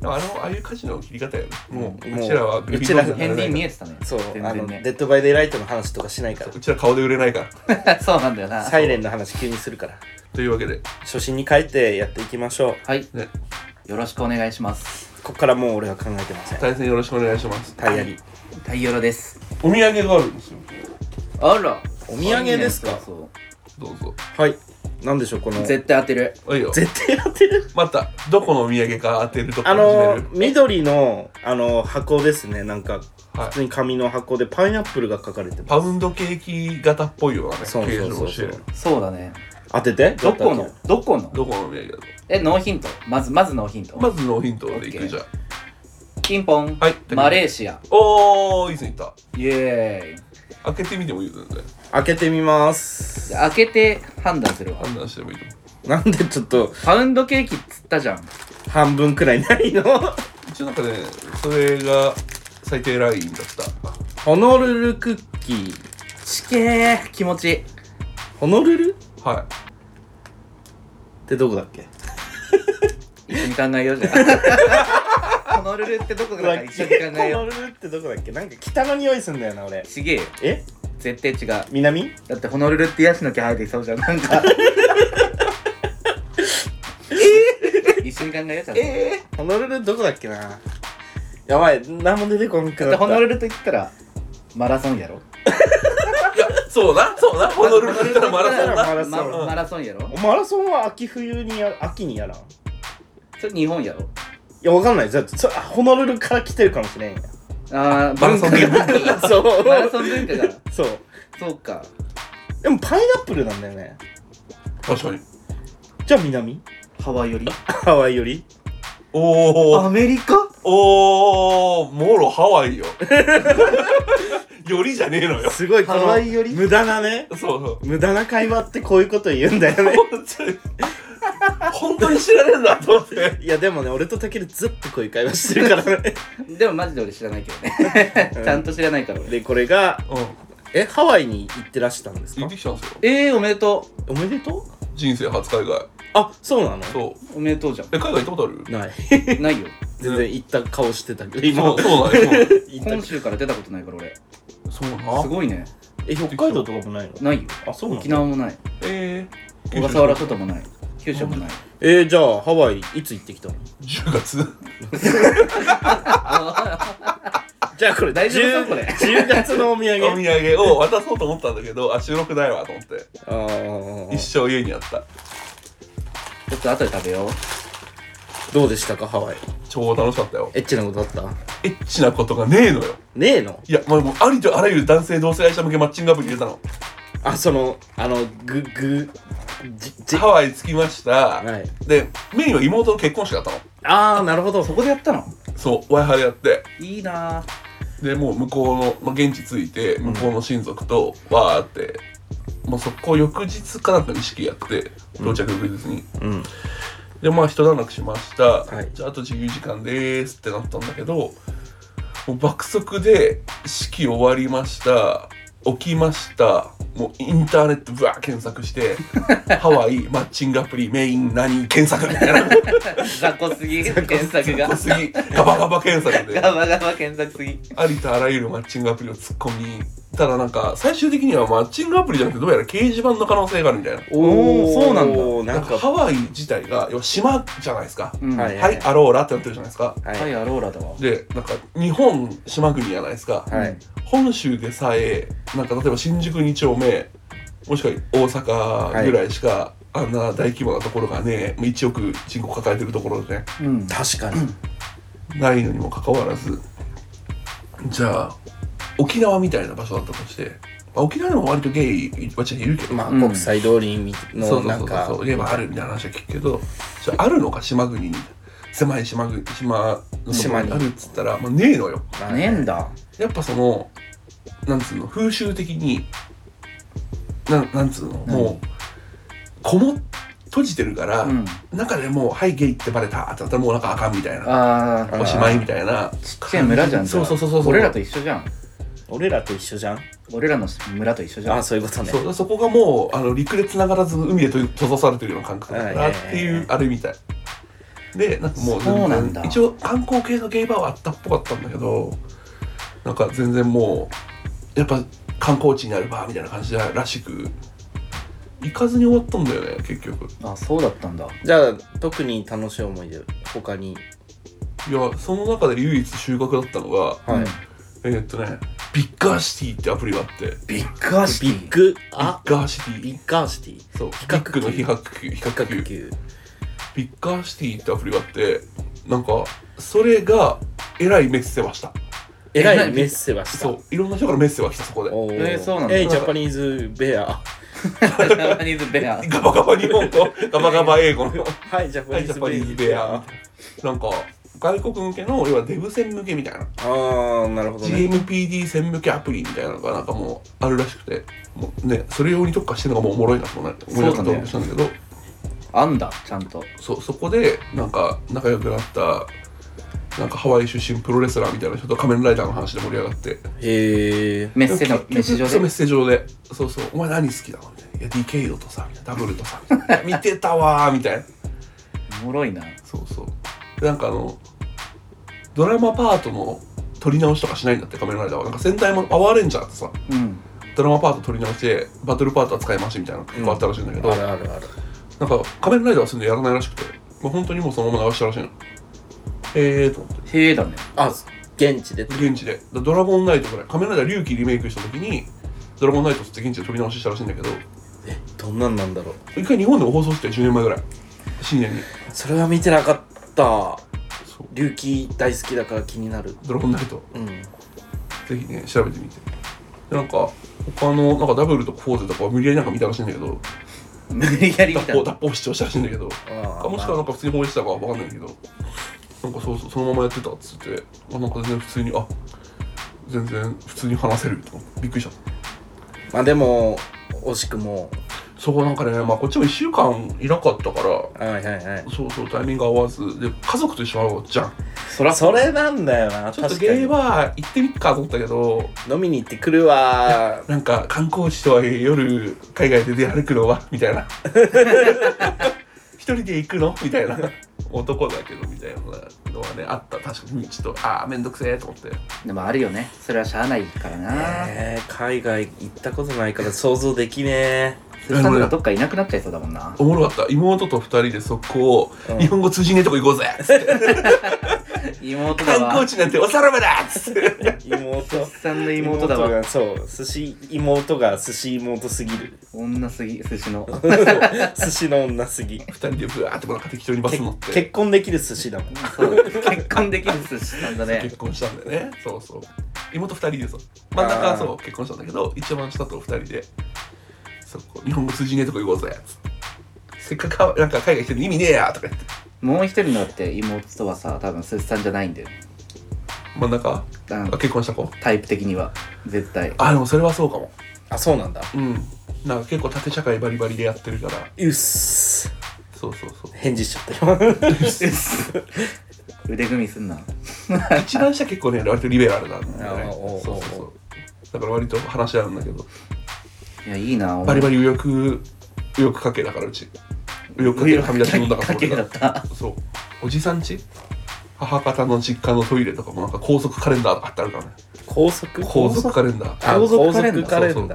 [SPEAKER 3] でもあのああいうカジノの切り方やねもう
[SPEAKER 2] もう
[SPEAKER 3] うちらは
[SPEAKER 2] うちら
[SPEAKER 1] 返事見
[SPEAKER 3] え
[SPEAKER 1] えてたね
[SPEAKER 2] そう
[SPEAKER 1] 全
[SPEAKER 2] あの
[SPEAKER 1] 然
[SPEAKER 2] デ
[SPEAKER 1] ね
[SPEAKER 2] ッドバイデイライトの話とかしないから
[SPEAKER 3] うちら顔で売れないか ら
[SPEAKER 1] そうなんだよな
[SPEAKER 2] サイレンの話急にするから
[SPEAKER 3] というわけで
[SPEAKER 2] 初心に帰ってやっていきましょう
[SPEAKER 1] はい
[SPEAKER 3] ね
[SPEAKER 1] よろしくお願いします
[SPEAKER 2] ここからもう俺は考えてません
[SPEAKER 3] 対戦よろしくお願いします
[SPEAKER 2] タイヤリ
[SPEAKER 1] 太陽ロです
[SPEAKER 3] お土産があるんですよ
[SPEAKER 1] あら
[SPEAKER 2] お土産ですか
[SPEAKER 1] そ
[SPEAKER 3] どうぞ
[SPEAKER 2] はいなんでしょうこの
[SPEAKER 1] う絶対当てる
[SPEAKER 3] おいよ
[SPEAKER 2] 絶対当てる
[SPEAKER 3] またどこのお土産か当てるとこ
[SPEAKER 2] あ
[SPEAKER 3] 始
[SPEAKER 2] の
[SPEAKER 3] める
[SPEAKER 2] 緑のあの箱ですねなんか
[SPEAKER 3] は
[SPEAKER 2] 普
[SPEAKER 3] い
[SPEAKER 2] 通に紙の箱でパイナップルが書かれて
[SPEAKER 3] パ
[SPEAKER 2] ます
[SPEAKER 3] ウンドケーキ型っぽいようなね
[SPEAKER 2] そうそうそうそう
[SPEAKER 3] 形状をしてる
[SPEAKER 1] そうだね
[SPEAKER 2] 当てて
[SPEAKER 1] どこのどこの
[SPEAKER 3] どこのお土産だと
[SPEAKER 1] えノーヒントまずまずノーヒント、
[SPEAKER 3] まずノーヒントでいくじゃん
[SPEAKER 1] ピンポン、
[SPEAKER 3] はい
[SPEAKER 1] マレーシア
[SPEAKER 3] おーいい線いった
[SPEAKER 1] イエーイ
[SPEAKER 3] 開けてみてもいいですね
[SPEAKER 2] 開けてみます
[SPEAKER 1] で開けて判断するわ
[SPEAKER 3] 判断してもいいと思う
[SPEAKER 2] なんでちょっと
[SPEAKER 1] パウンドケーキっつったじゃん
[SPEAKER 2] 半分くらいないの
[SPEAKER 3] 一応なんかねそれが最低ラインだった
[SPEAKER 2] ホノルルクッキー
[SPEAKER 1] ちけー気持ちいい
[SPEAKER 2] ホノルルっ
[SPEAKER 3] は
[SPEAKER 2] てどこだっけ
[SPEAKER 1] 一緒に考えようじゃん ホノルルってどこだか一緒に考え
[SPEAKER 2] ホ
[SPEAKER 1] よ
[SPEAKER 2] ノルルってどこだっけなんか北の匂いすんだよな俺
[SPEAKER 1] うちげえよ
[SPEAKER 2] え
[SPEAKER 1] 絶対違うだ
[SPEAKER 2] 南
[SPEAKER 1] ってホノルルってヤシの木生えてきそうじゃんなんか一緒に考えようじゃん、
[SPEAKER 2] えー、ホノルルどこだっけなやばい何も出てこんく
[SPEAKER 1] だっ
[SPEAKER 2] な
[SPEAKER 1] て
[SPEAKER 2] った
[SPEAKER 1] ホノルルと言ったらマラソンやろ
[SPEAKER 3] そうなそうなホノルルだったらマラソンな
[SPEAKER 2] マラソン
[SPEAKER 1] ママラソンやろ
[SPEAKER 2] マラソンは秋冬にや秋にやらんい
[SPEAKER 1] それ日本やろ
[SPEAKER 2] やわかんないだってそホノルルから来てるかもしれんや
[SPEAKER 1] あー
[SPEAKER 3] マラソンで
[SPEAKER 1] 文化が
[SPEAKER 2] そ
[SPEAKER 1] マラ
[SPEAKER 2] う
[SPEAKER 1] ソン文化が
[SPEAKER 2] そう
[SPEAKER 1] そうか
[SPEAKER 2] でもパイナップルなんだよね
[SPEAKER 3] 確かに
[SPEAKER 2] じゃあ南
[SPEAKER 1] ハワイより
[SPEAKER 2] ハワイより
[SPEAKER 3] おー
[SPEAKER 1] アメリカ
[SPEAKER 3] おーもろハワイよ よりじゃねえのよ
[SPEAKER 2] すごいこ
[SPEAKER 1] ハ
[SPEAKER 2] の
[SPEAKER 1] ワイより
[SPEAKER 2] 無駄なね
[SPEAKER 3] そう そう
[SPEAKER 2] 無駄な会話ってこういうこと言うんだよね
[SPEAKER 3] 本当に知られるんだと思って
[SPEAKER 2] いやでもね俺とタケルずっとこういう会話してるからね
[SPEAKER 1] でもマジで俺知らないけどね ちゃんと知らないから俺
[SPEAKER 2] でこれが
[SPEAKER 3] うん
[SPEAKER 2] えハワイに行ってらしたんです
[SPEAKER 3] 行
[SPEAKER 2] か
[SPEAKER 3] ってきたんですよ
[SPEAKER 1] えー、おめでと
[SPEAKER 2] おめでとう
[SPEAKER 3] 人生初海外
[SPEAKER 2] あそうなの
[SPEAKER 3] そう
[SPEAKER 1] うおめでとうじゃ
[SPEAKER 3] え海外行ったことある
[SPEAKER 2] ない
[SPEAKER 1] んないよ
[SPEAKER 2] 全然行った顔してたけど
[SPEAKER 3] そ
[SPEAKER 2] 今
[SPEAKER 3] うそうなん よ
[SPEAKER 2] 行った
[SPEAKER 1] 本州から出たことないから俺す
[SPEAKER 3] そうなん
[SPEAKER 1] ごいね
[SPEAKER 2] え北海道とかもないの
[SPEAKER 1] ないよ
[SPEAKER 2] あそうなの
[SPEAKER 1] 沖縄もない
[SPEAKER 3] えー、
[SPEAKER 1] 小笠原諸島もない九州もない
[SPEAKER 2] えー、じゃあハワイいつ行ってきたの
[SPEAKER 3] 10月
[SPEAKER 2] じゃあこれ
[SPEAKER 1] 大丈夫かこれ
[SPEAKER 2] 10月のお土
[SPEAKER 3] お
[SPEAKER 2] 産
[SPEAKER 3] 土産を渡そうと思ったんだけどあ収録ないわと思って
[SPEAKER 2] あー
[SPEAKER 3] 一生家にあった
[SPEAKER 1] ちょっと後で食べよう
[SPEAKER 2] どうでしたかハワイ
[SPEAKER 3] 超楽しかったよ
[SPEAKER 2] エッチなことあった
[SPEAKER 3] エッチなことがねえのよ
[SPEAKER 2] ねえの
[SPEAKER 3] いや、まあ、もうありとあらゆる男性同性愛者向けマッチングアプリ入れたの
[SPEAKER 2] あそのあのググじじ
[SPEAKER 3] ハワイ着きました、
[SPEAKER 2] はい
[SPEAKER 3] でメインは妹の結婚式だったの
[SPEAKER 2] ああなるほど
[SPEAKER 1] そこでやったの
[SPEAKER 3] そう w i f i でやって
[SPEAKER 1] いいなぁ
[SPEAKER 3] でもう向こうの、まあ、現地着いて向こうの親族とわーって、もうそこ翌日かなんかに式やって到着翌日に、
[SPEAKER 2] うん
[SPEAKER 3] でまあ一段落しました、
[SPEAKER 2] はい
[SPEAKER 3] じゃああと自由時間でーすってなったんだけどもう爆速で式終わりました起きましたもうインターネットぶわー検索して ハワイマッチングアプリメイン何検索みたいな
[SPEAKER 1] 雑魚すぎ検索が
[SPEAKER 3] すぎガバガバ検索で
[SPEAKER 1] ガバガバ検索すぎ
[SPEAKER 3] ありとあらゆるマッチングアプリを突っ込みただなんか最終的にはマッチングアプリじゃなくてどうやら掲示板の可能性があるみたいな
[SPEAKER 1] おーそうなんだ
[SPEAKER 2] な
[SPEAKER 3] な
[SPEAKER 2] ん
[SPEAKER 3] んか
[SPEAKER 2] か
[SPEAKER 3] ハワイ自体が要は島じゃないですか、
[SPEAKER 1] うん
[SPEAKER 2] はい
[SPEAKER 3] はいアローラってなってるじゃないですか
[SPEAKER 2] は
[SPEAKER 1] はいいアローラだわ
[SPEAKER 3] でなんか日本島国じゃないですか、
[SPEAKER 2] はい
[SPEAKER 3] 本州でさえなんか例えば新宿2丁目もしくは大阪ぐらいしか、あんな大規模なところがねもう1億人口抱えてるところでね
[SPEAKER 1] うん
[SPEAKER 2] 確かに
[SPEAKER 3] ないのにもかかわらずじゃあ沖縄みたいな場所だったとして、まあ、沖縄でも割とゲイはちゃいるけど、
[SPEAKER 2] まあ
[SPEAKER 1] うん
[SPEAKER 2] 国際通りみ
[SPEAKER 3] そ
[SPEAKER 2] の
[SPEAKER 3] うそう
[SPEAKER 2] な
[SPEAKER 3] そ
[SPEAKER 2] ん
[SPEAKER 3] うそう
[SPEAKER 2] か
[SPEAKER 3] そうゲイはあるみたいな話は聞くけどじゃああるのか島国に狭い島国島のところにあるっつったら、まあ、ねえのよ
[SPEAKER 2] まあ
[SPEAKER 1] ねえんだ
[SPEAKER 3] やっぱそのなんつうの風習的になんなんつうのもうこも閉じてるから、
[SPEAKER 1] うん
[SPEAKER 3] 中でもう「はいゲイってバレた」ってなったらもうなんかあかんみたいな
[SPEAKER 1] あー
[SPEAKER 2] あ
[SPEAKER 3] おしまいみたいな
[SPEAKER 1] ちっちゃい村じゃん
[SPEAKER 3] そうそうそうそうそう
[SPEAKER 1] 俺らと一緒じゃん
[SPEAKER 2] 俺らと一緒じゃん
[SPEAKER 1] 俺らの村と一緒じゃん
[SPEAKER 2] あそういうことね
[SPEAKER 3] そうそこがもうあの陸で繋がらず海でと閉ざされてるような感覚だな
[SPEAKER 2] はい
[SPEAKER 3] っていうあれみたいでなんかもう
[SPEAKER 1] そうなん
[SPEAKER 3] 全
[SPEAKER 1] だ
[SPEAKER 3] 然一応観光系のゲイバーはあったっぽかったんだけどなんか全然もうやっぱ観光地にあるバーみたいな感じらしく行かずに終わったんだよね結局い
[SPEAKER 1] あそうだったんだ
[SPEAKER 2] じゃあ特に楽しい思い出他に
[SPEAKER 3] やその中で唯一収穫だったのが
[SPEAKER 2] はい
[SPEAKER 3] えーっとねビッガーシティってアプリがあって
[SPEAKER 1] ビ
[SPEAKER 3] ビッ
[SPEAKER 1] ッグアシテ
[SPEAKER 2] ビ
[SPEAKER 1] ィ
[SPEAKER 2] ッグあ
[SPEAKER 3] ガーシテ
[SPEAKER 2] ビ
[SPEAKER 3] ィ
[SPEAKER 2] ッガーシティ
[SPEAKER 3] そうビ
[SPEAKER 2] 比較
[SPEAKER 3] ッ
[SPEAKER 2] 級
[SPEAKER 3] グの比較級比
[SPEAKER 2] 比
[SPEAKER 3] 較級
[SPEAKER 2] 較級
[SPEAKER 3] ビッカーシティってアプリがあってなんかそれがえらいメッセはした
[SPEAKER 2] えらいメッセはした
[SPEAKER 3] そういろんな人からメッセは来たそこで
[SPEAKER 2] おー
[SPEAKER 1] えーそうなんだ
[SPEAKER 2] えージャパニーズベア
[SPEAKER 1] ジャパニーズベ ア
[SPEAKER 3] ガバガバ日 本語ガバガバ英語の
[SPEAKER 2] はいジャ
[SPEAKER 3] 「はいジャパニーズベア」なんか外国向けの要はデブ専向けみたいな
[SPEAKER 2] あーなるほどね
[SPEAKER 3] GMPD 専向けアプリみたいなのがなんかもうあるらしくてもうねそれ用に特化してるのがもうおもろいなと思うね思いながら
[SPEAKER 1] そうだね
[SPEAKER 3] したんだけど
[SPEAKER 1] あんだちゃんと
[SPEAKER 3] そうそこでなんか仲良くなったなんかハワイ出身プロレスラーみたいな人と仮面ライダーの話で盛り上がって
[SPEAKER 2] へえ
[SPEAKER 1] メッセのメッセ
[SPEAKER 3] 結
[SPEAKER 1] 上
[SPEAKER 3] 局
[SPEAKER 1] で
[SPEAKER 3] そうメッセ上でそうそうお前何好きなのみたいないやディケイドとさみたいなダブルとさみた いないや見てたわーみたいな
[SPEAKER 1] おもろいな
[SPEAKER 3] そうそうでなんかあのドラマパートの撮り直しとかしないんだって仮面ライダーはなんか戦隊ものパワーレンジャーってさ
[SPEAKER 1] うん
[SPEAKER 3] ドラマパート撮り直してバトルパートは使い回しみたいなの結構あったらしいんだけど、
[SPEAKER 2] あるあるある
[SPEAKER 3] なんか仮面ライダーはそういうのやらないらしくて、まあ、本当にもうそのまま流したらしいのえーと思って
[SPEAKER 1] へえだね
[SPEAKER 2] あ現地で
[SPEAKER 3] 現地でだドラゴンナイトぐらい仮面ライダー龍騎リメイクした時にドラゴンナイト」って現地で撮り直ししたらしいんだけど
[SPEAKER 2] どんなんなんだろう
[SPEAKER 3] 一回日本でも放送して10年前ぐらい深夜に
[SPEAKER 2] それは見てなかった
[SPEAKER 3] そう
[SPEAKER 2] 龍騎大好きだから気になる
[SPEAKER 3] 「ドラゴンナイト
[SPEAKER 2] うん」
[SPEAKER 3] ぜひね調べてみてでなんか他のなんかダブルとかフォーゼとかは無理やりなんか見たらしいんだけど
[SPEAKER 1] 無理やり見
[SPEAKER 3] 脱
[SPEAKER 1] た
[SPEAKER 3] 法脱法視聴したらしいんだけど
[SPEAKER 2] あ
[SPEAKER 3] かもしくはなんか普通に放映したかわかんないけどなんかそうそうそのままやってたっつってあなんか全然普通にあ全然普通に話せると思ってびっくりした
[SPEAKER 2] まあでも惜しくも
[SPEAKER 3] そうなんかねまあこっちも1週間いなかったから
[SPEAKER 2] はいはいはい
[SPEAKER 3] そうそうタイミング合わずで家族と一緒に会うじゃん
[SPEAKER 1] そら
[SPEAKER 2] それなんだよな
[SPEAKER 3] ちょっ
[SPEAKER 2] 確
[SPEAKER 3] と
[SPEAKER 2] か
[SPEAKER 3] ゲ
[SPEAKER 2] に
[SPEAKER 3] イバー行ってみっかと思ったけど
[SPEAKER 2] 飲みに行ってくるわ
[SPEAKER 3] なんか観光地とはいえ夜海外で出歩くのはみたいな 一人で行くのみたいな男だけどみたいなのはねあった確かにちょっとああ面倒くせえと思って
[SPEAKER 1] でもあるよねそれはしゃあないからな
[SPEAKER 2] えー、海外行ったことないから想像できね
[SPEAKER 1] 鈴木さんとかどっかいなくなっちゃいそうだもんな
[SPEAKER 3] おもろかった妹と二人でそこ
[SPEAKER 2] うん
[SPEAKER 3] 日本語通じねえとこ行こうぜつって
[SPEAKER 1] 妹だ
[SPEAKER 3] 観光
[SPEAKER 1] わ
[SPEAKER 3] 地なんておさらばだっつって
[SPEAKER 2] え妹
[SPEAKER 1] 鈴木さんの妹だわ
[SPEAKER 2] がそう寿司妹が寿司妹すぎる
[SPEAKER 1] 女すぎ寿司の
[SPEAKER 2] そう 寿司の女すぎ
[SPEAKER 3] 二人でブワーってなんか適当にバス乗って
[SPEAKER 2] け結婚できる寿司だもん
[SPEAKER 1] そう結婚できる寿司なんだね
[SPEAKER 3] 結婚したんだよねそうそう妹2人でそう真ん中
[SPEAKER 2] あ
[SPEAKER 3] は
[SPEAKER 2] ー
[SPEAKER 3] そう結婚したんだけど一番下と2人でそこ日本語通じねえとこ行こうぜつってせっかくかなんか海外来てるの意味ねえやとか言って
[SPEAKER 1] もう一人のって妹とはさ多分鈴木さんじゃないんだよ
[SPEAKER 3] 真ん中
[SPEAKER 1] あ
[SPEAKER 3] あ
[SPEAKER 1] の
[SPEAKER 3] 結婚した子
[SPEAKER 1] タイプ的には絶対
[SPEAKER 3] あでもそれはそうかも
[SPEAKER 2] あそうなんだ
[SPEAKER 3] うんなんか結構縦社会バリバリでやってるから
[SPEAKER 2] うっす
[SPEAKER 3] そうそうそう
[SPEAKER 2] 返事しちゃったよ
[SPEAKER 1] 腕組みすんな
[SPEAKER 3] 一番下結構ね割とリベラルなんだよ
[SPEAKER 2] あ
[SPEAKER 3] ね
[SPEAKER 2] ーおう
[SPEAKER 3] そうそう
[SPEAKER 2] おう
[SPEAKER 3] そうだから割と話し合うんだけど
[SPEAKER 1] いやいいな
[SPEAKER 3] バリバ
[SPEAKER 1] リ
[SPEAKER 3] リ右翼右翼家系だからうち右翼家系のはみ出し物だから
[SPEAKER 1] かけだった
[SPEAKER 3] そうおじさんち母方の実家のトイレとかもなんか高速カレンダー貼ってあるからね
[SPEAKER 2] 高速
[SPEAKER 3] 高速カレンダー
[SPEAKER 2] あ
[SPEAKER 1] 高
[SPEAKER 2] 高
[SPEAKER 1] 速
[SPEAKER 2] 速
[SPEAKER 1] カ
[SPEAKER 2] カ
[SPEAKER 1] レ
[SPEAKER 2] レ
[SPEAKER 1] ン
[SPEAKER 2] ン
[SPEAKER 1] ダ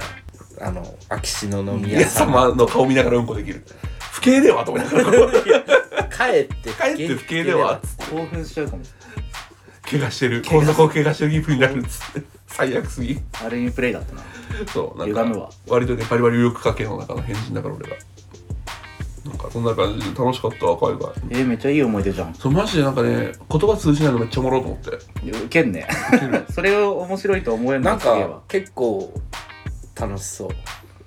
[SPEAKER 1] ー
[SPEAKER 2] ダー
[SPEAKER 3] そうそう
[SPEAKER 2] あの秋篠
[SPEAKER 3] イエ
[SPEAKER 2] 宮
[SPEAKER 3] ス
[SPEAKER 2] さん
[SPEAKER 3] 様の顔見ながらうんこできる不敬ではと思いながら
[SPEAKER 2] 帰って
[SPEAKER 3] 帰って不敬ではつって
[SPEAKER 1] 興奮しちゃうかも
[SPEAKER 3] 怪我してる高速を怪我してる気分になるっつって最悪すぎ
[SPEAKER 1] ある意味プレイだったな
[SPEAKER 3] そうなん
[SPEAKER 1] 歪むわ
[SPEAKER 3] か割とねバリバリ右翼家系の中の変人だから俺がなんかそんな感じで楽しかったわ海外
[SPEAKER 1] えーめっちゃいい思い出じゃん
[SPEAKER 3] そうマジでなんかね言葉通じないのめっちゃおもろうと思って
[SPEAKER 1] ウケんね それを面白いと思えるの
[SPEAKER 2] なん
[SPEAKER 1] がすげえ
[SPEAKER 2] か
[SPEAKER 1] わ
[SPEAKER 2] 結構楽しそう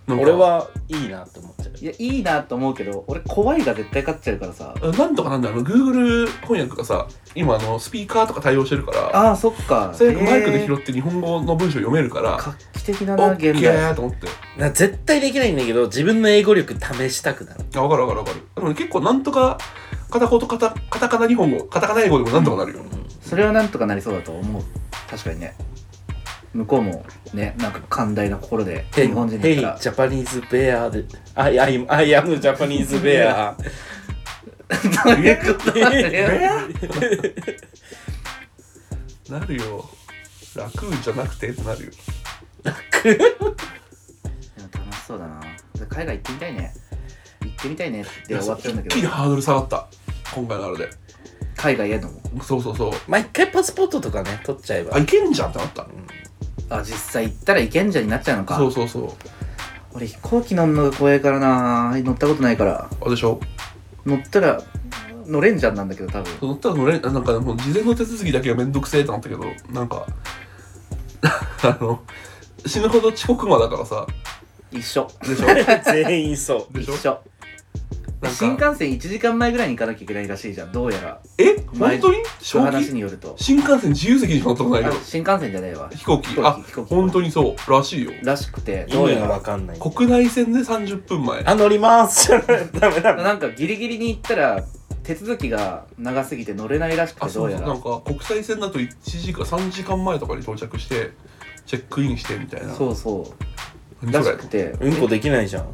[SPEAKER 3] なんか
[SPEAKER 2] 俺はいいなって思っちゃう
[SPEAKER 1] いやいいなと思うけど俺怖いが絶対勝っちゃうからさ
[SPEAKER 3] なんとかなんだよあの Google 翻訳がさ今あのスピーカーとか対応してるから
[SPEAKER 1] ああそっか
[SPEAKER 3] 最悪マイクで拾
[SPEAKER 1] っ
[SPEAKER 3] って日本語の文章読めるから、
[SPEAKER 1] 画期的だ
[SPEAKER 3] オ
[SPEAKER 1] な
[SPEAKER 3] ッケ
[SPEAKER 1] 現代
[SPEAKER 3] ーと思って
[SPEAKER 2] な絶対できないんだけど自分の英語力試したくなる
[SPEAKER 3] あ分かる分かる分かるでもね結構なんとか片言カタカタカナ日本語カタカナ英語でもなんとかなるよ、
[SPEAKER 1] それはなんとかなりそうだと思う確かにね向こうもねなんか寛大な心で
[SPEAKER 2] ヘ
[SPEAKER 1] 日
[SPEAKER 2] イ
[SPEAKER 1] 本人
[SPEAKER 2] ヘ
[SPEAKER 1] だ
[SPEAKER 2] イ
[SPEAKER 1] か
[SPEAKER 2] ジ
[SPEAKER 1] ら
[SPEAKER 2] ャパニーズベアでアイアイアイアムジャパニーズベ ア
[SPEAKER 1] どういうことだよ
[SPEAKER 3] なるよ楽じゃなくてってなるよ
[SPEAKER 1] 楽しそうだな海外行ってみたいね行ってみたいねって終わっちゃうんだ
[SPEAKER 3] 一
[SPEAKER 1] け
[SPEAKER 3] 気に
[SPEAKER 1] ど
[SPEAKER 3] ハードル下がった今回のあれで
[SPEAKER 1] 海外へのも
[SPEAKER 3] そうそうそう
[SPEAKER 2] まあ一回パスポートとかね取っちゃえば
[SPEAKER 3] あいけんじゃんってなった
[SPEAKER 1] あ実際行ったら行けんじゃんになっちゃうのか
[SPEAKER 3] そうそうそう
[SPEAKER 1] 俺飛行機乗るのが怖いからな乗ったことないから
[SPEAKER 3] あでしょ
[SPEAKER 1] 乗ったら乗れんじゃんなんだけど多分
[SPEAKER 3] 乗ったら乗れなんかねもう事前の手続きだけはめんどくせえと思ったけどなんか あの死ぬほど遅刻魔だからさ
[SPEAKER 1] 一緒
[SPEAKER 3] でしょ
[SPEAKER 2] 全員そ
[SPEAKER 3] で
[SPEAKER 1] 一
[SPEAKER 3] しょ
[SPEAKER 1] 緒
[SPEAKER 3] なんか
[SPEAKER 1] 新幹線1時間前ぐらいに行かなきゃいけないらしいじゃんどうやら
[SPEAKER 3] え
[SPEAKER 1] 前
[SPEAKER 3] 本当に正
[SPEAKER 1] 話
[SPEAKER 3] 気
[SPEAKER 1] によると
[SPEAKER 3] 新幹線自由席にしか乗ったことないけ
[SPEAKER 1] あ
[SPEAKER 3] ど
[SPEAKER 1] 新幹線じゃねえわ
[SPEAKER 3] 飛行機
[SPEAKER 1] 飛行機
[SPEAKER 3] あ
[SPEAKER 1] 飛行機
[SPEAKER 3] 本当にそうらしいよ
[SPEAKER 1] らしくて
[SPEAKER 2] う意
[SPEAKER 1] どう
[SPEAKER 2] 味
[SPEAKER 1] や
[SPEAKER 2] がわ
[SPEAKER 1] ら
[SPEAKER 2] かんない
[SPEAKER 3] 国内線で30分前
[SPEAKER 2] あ乗ります じゃないダメダメ
[SPEAKER 1] なんかギリギリに行ったら手続きが長すぎて乗れないらしく
[SPEAKER 3] あ
[SPEAKER 1] てど
[SPEAKER 3] そうう
[SPEAKER 1] や
[SPEAKER 3] そう
[SPEAKER 1] ら
[SPEAKER 3] なんか国際線だと1時間3時間前とかに到着してチェックインしてみたいな
[SPEAKER 1] そうそう
[SPEAKER 3] 何
[SPEAKER 1] らし
[SPEAKER 3] それ
[SPEAKER 1] くて
[SPEAKER 2] うんこできないじゃん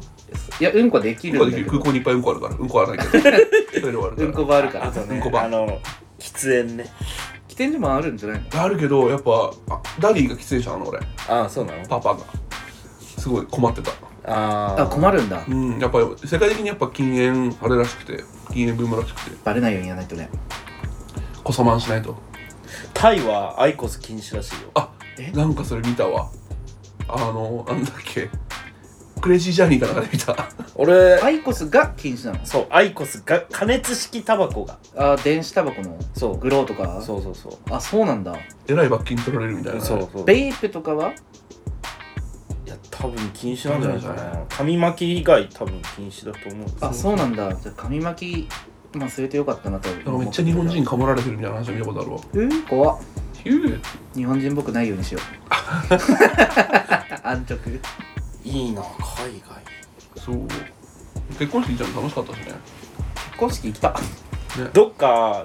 [SPEAKER 1] いやうんこでき
[SPEAKER 3] うん
[SPEAKER 1] る
[SPEAKER 3] こ
[SPEAKER 1] ん
[SPEAKER 3] は
[SPEAKER 1] だ
[SPEAKER 3] で
[SPEAKER 1] け
[SPEAKER 3] き
[SPEAKER 1] ど
[SPEAKER 3] る空港にいっぱいうんこあるからうんこはな いけどトイレはあるか
[SPEAKER 1] う
[SPEAKER 3] ら
[SPEAKER 1] んこ場あるから
[SPEAKER 2] あとね
[SPEAKER 3] うんこば
[SPEAKER 2] あの喫煙ね
[SPEAKER 1] 喫煙所もあるんじゃないの
[SPEAKER 3] あるけどやっぱあダディが喫煙者なの俺
[SPEAKER 2] ああそうなの
[SPEAKER 3] パパがすごい困ってた
[SPEAKER 2] あ
[SPEAKER 1] あ
[SPEAKER 2] あ
[SPEAKER 1] 困るんだ
[SPEAKER 3] うんやっぱ世界的にやっぱ禁煙あれらしくて禁煙ブームらしくて
[SPEAKER 1] バレないようにやらないとね
[SPEAKER 3] こそまんしないと
[SPEAKER 2] タイはアイコス禁止らしいよ
[SPEAKER 3] あ
[SPEAKER 1] え
[SPEAKER 3] なんかそれ見たわあのなんだっけクレイジージャーニーかなんかで見た
[SPEAKER 2] 俺
[SPEAKER 1] アイコスが禁止なの
[SPEAKER 2] そうアイコスが加熱式タバコが
[SPEAKER 1] あー電子タバコの
[SPEAKER 2] そう
[SPEAKER 1] グローとか
[SPEAKER 2] そうそうそう
[SPEAKER 1] あそうなんだ
[SPEAKER 3] えらい罰金取られるみたいな、ね、
[SPEAKER 2] そうそうい
[SPEAKER 1] ベイプとかは
[SPEAKER 2] や多分禁止なんじゃないかな紙巻き以外多分禁止だと思う
[SPEAKER 1] あそうなんだじゃあ紙巻きまあそれてよかったなと
[SPEAKER 3] なんかめっちゃ日本人かまられてるみたいな話見たことあるわ
[SPEAKER 1] えー怖っ
[SPEAKER 3] ヒュー
[SPEAKER 1] 日本人僕ないようにしよ う安直
[SPEAKER 2] いいな海外
[SPEAKER 3] そう結婚式行ったの楽しかったしね
[SPEAKER 1] 結婚式行きた
[SPEAKER 2] どっか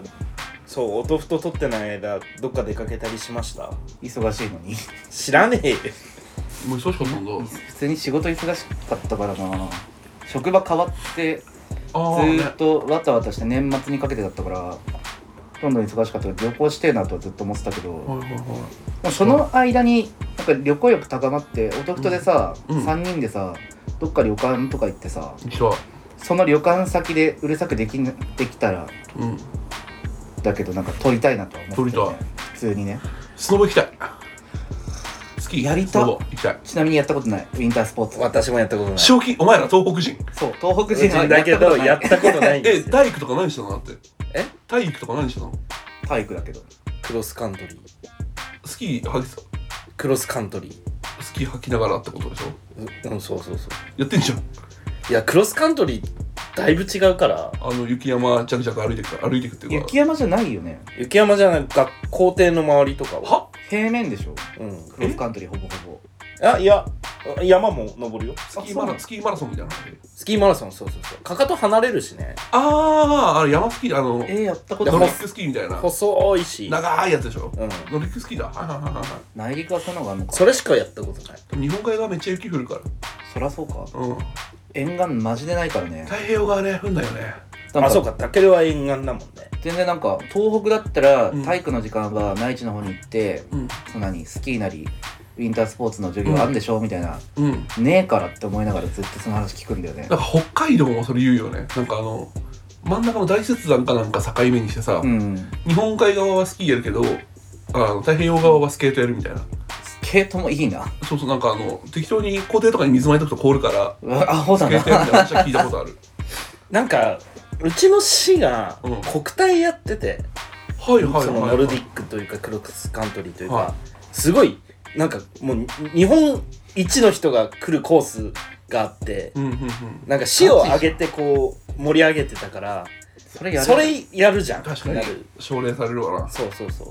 [SPEAKER 2] そうお豆腐と取ってない間どっか出かけたりしました
[SPEAKER 1] 忙しいのに
[SPEAKER 2] 知らねえよ
[SPEAKER 3] もう忙しかったんだ
[SPEAKER 1] 普通に仕事忙しかったからな職場変わってず
[SPEAKER 3] ああ、ね
[SPEAKER 1] ーっ、とわたわたして年末にかけてだったからどんどん忙しかったから旅行してえなとはずっと思ってたけど、
[SPEAKER 3] はいはいは
[SPEAKER 1] もうその間になんか旅行欲高まって男とでさ、
[SPEAKER 3] うんうん
[SPEAKER 1] 3人でさどっか旅館とか行ってさ
[SPEAKER 3] い行き
[SPEAKER 1] その旅館先でうるさくできんできたら
[SPEAKER 3] たいうん
[SPEAKER 1] だけどなんか撮りたいなとは思ってる、
[SPEAKER 3] 撮り
[SPEAKER 1] ね、普通にね
[SPEAKER 3] スノボ行きたいスキー
[SPEAKER 1] やりたい
[SPEAKER 3] スノボ行きたい
[SPEAKER 1] ちなみにやったことないウィンタースポーツ
[SPEAKER 2] 私もやったことない
[SPEAKER 3] 正気お前ら東北人
[SPEAKER 1] そう東北
[SPEAKER 2] うち
[SPEAKER 1] 人は
[SPEAKER 2] だけど
[SPEAKER 1] や
[SPEAKER 2] や
[SPEAKER 1] っ
[SPEAKER 2] った
[SPEAKER 1] こ
[SPEAKER 2] たことないんで
[SPEAKER 3] え
[SPEAKER 2] すよ
[SPEAKER 3] 体育とか何してたのだって
[SPEAKER 2] え
[SPEAKER 3] 体育とか何してたの
[SPEAKER 1] とない体育だけど
[SPEAKER 2] クロスカントリー
[SPEAKER 3] スキー履きさ
[SPEAKER 2] クロスカントリー
[SPEAKER 3] スキー履きながらってことでしょ
[SPEAKER 2] ううんそうそうそう
[SPEAKER 3] やってんじゃん
[SPEAKER 2] いやクロスカントリーだいぶ違うから
[SPEAKER 3] あの雪山ジャクジャク歩いてくから歩いてくっていうか
[SPEAKER 1] 雪山じゃないよね
[SPEAKER 2] 雪山じゃない学校庭の周りとかは
[SPEAKER 3] は
[SPEAKER 1] 平面でしょ
[SPEAKER 2] うん
[SPEAKER 1] クロスカントリーほぼほ
[SPEAKER 2] あいや山も登るよ
[SPEAKER 3] スキーマラスキーマラソンみたいな
[SPEAKER 2] スキーマラソンそうそうそうかかと離れるしね
[SPEAKER 3] あーあれ山スキーあのノ
[SPEAKER 1] ぼえ
[SPEAKER 3] リ
[SPEAKER 1] ー、やったことない
[SPEAKER 3] ックスキーみたいな
[SPEAKER 2] 細いし
[SPEAKER 3] 長いやつでしょ
[SPEAKER 2] うん
[SPEAKER 3] ノリックスキーだはいはいはいはい
[SPEAKER 1] 内陸はそんなのがあんのか
[SPEAKER 2] それしかやったことない
[SPEAKER 3] でも日本海側めっちゃ雪降るか
[SPEAKER 1] そらそうから
[SPEAKER 3] うん
[SPEAKER 1] 沿岸マジでないからね
[SPEAKER 3] 太平洋側ね降んだよね
[SPEAKER 1] なん
[SPEAKER 2] あそうかだけは沿岸だもんね
[SPEAKER 1] 全然なんか東北だったら
[SPEAKER 3] うん
[SPEAKER 1] 体育の時間は内地の方に行って、
[SPEAKER 3] うん
[SPEAKER 1] そんなにスキーなりウィンタースポーツの授業あるでしょ、みたいな
[SPEAKER 3] うん
[SPEAKER 1] ねえからって思いながらずっとその話聞くんだよね
[SPEAKER 3] なんか北海道もそれ言うよねなんかあの真ん中の大雪山かなんか境目にしてさ、
[SPEAKER 1] うん
[SPEAKER 3] 日本海側はスキーやるけどあの太平洋側はスケートやるみたいな
[SPEAKER 1] スケートもいいな
[SPEAKER 3] そうそうなんかあの適当に校庭とかに水まいとくと凍るから
[SPEAKER 1] うわアホだ
[SPEAKER 3] スケー
[SPEAKER 1] な
[SPEAKER 3] トやるみたいな話は聞いたこ とある
[SPEAKER 2] なんかうちの市が
[SPEAKER 3] うん
[SPEAKER 2] 国体やってて、
[SPEAKER 3] はいはい
[SPEAKER 2] そ
[SPEAKER 3] はい、
[SPEAKER 2] の
[SPEAKER 3] はい、
[SPEAKER 2] ノルディックというかクロスカントリーというか、
[SPEAKER 3] は
[SPEAKER 2] すごいなんかもうに日本一の人が来るコースがあって
[SPEAKER 3] うんうんうん
[SPEAKER 2] なんか市を挙げてこう盛り上げてたから
[SPEAKER 1] それやる
[SPEAKER 2] それやるじゃん
[SPEAKER 3] 確かに
[SPEAKER 2] なる
[SPEAKER 3] 奨励されるわな
[SPEAKER 2] そうそうそう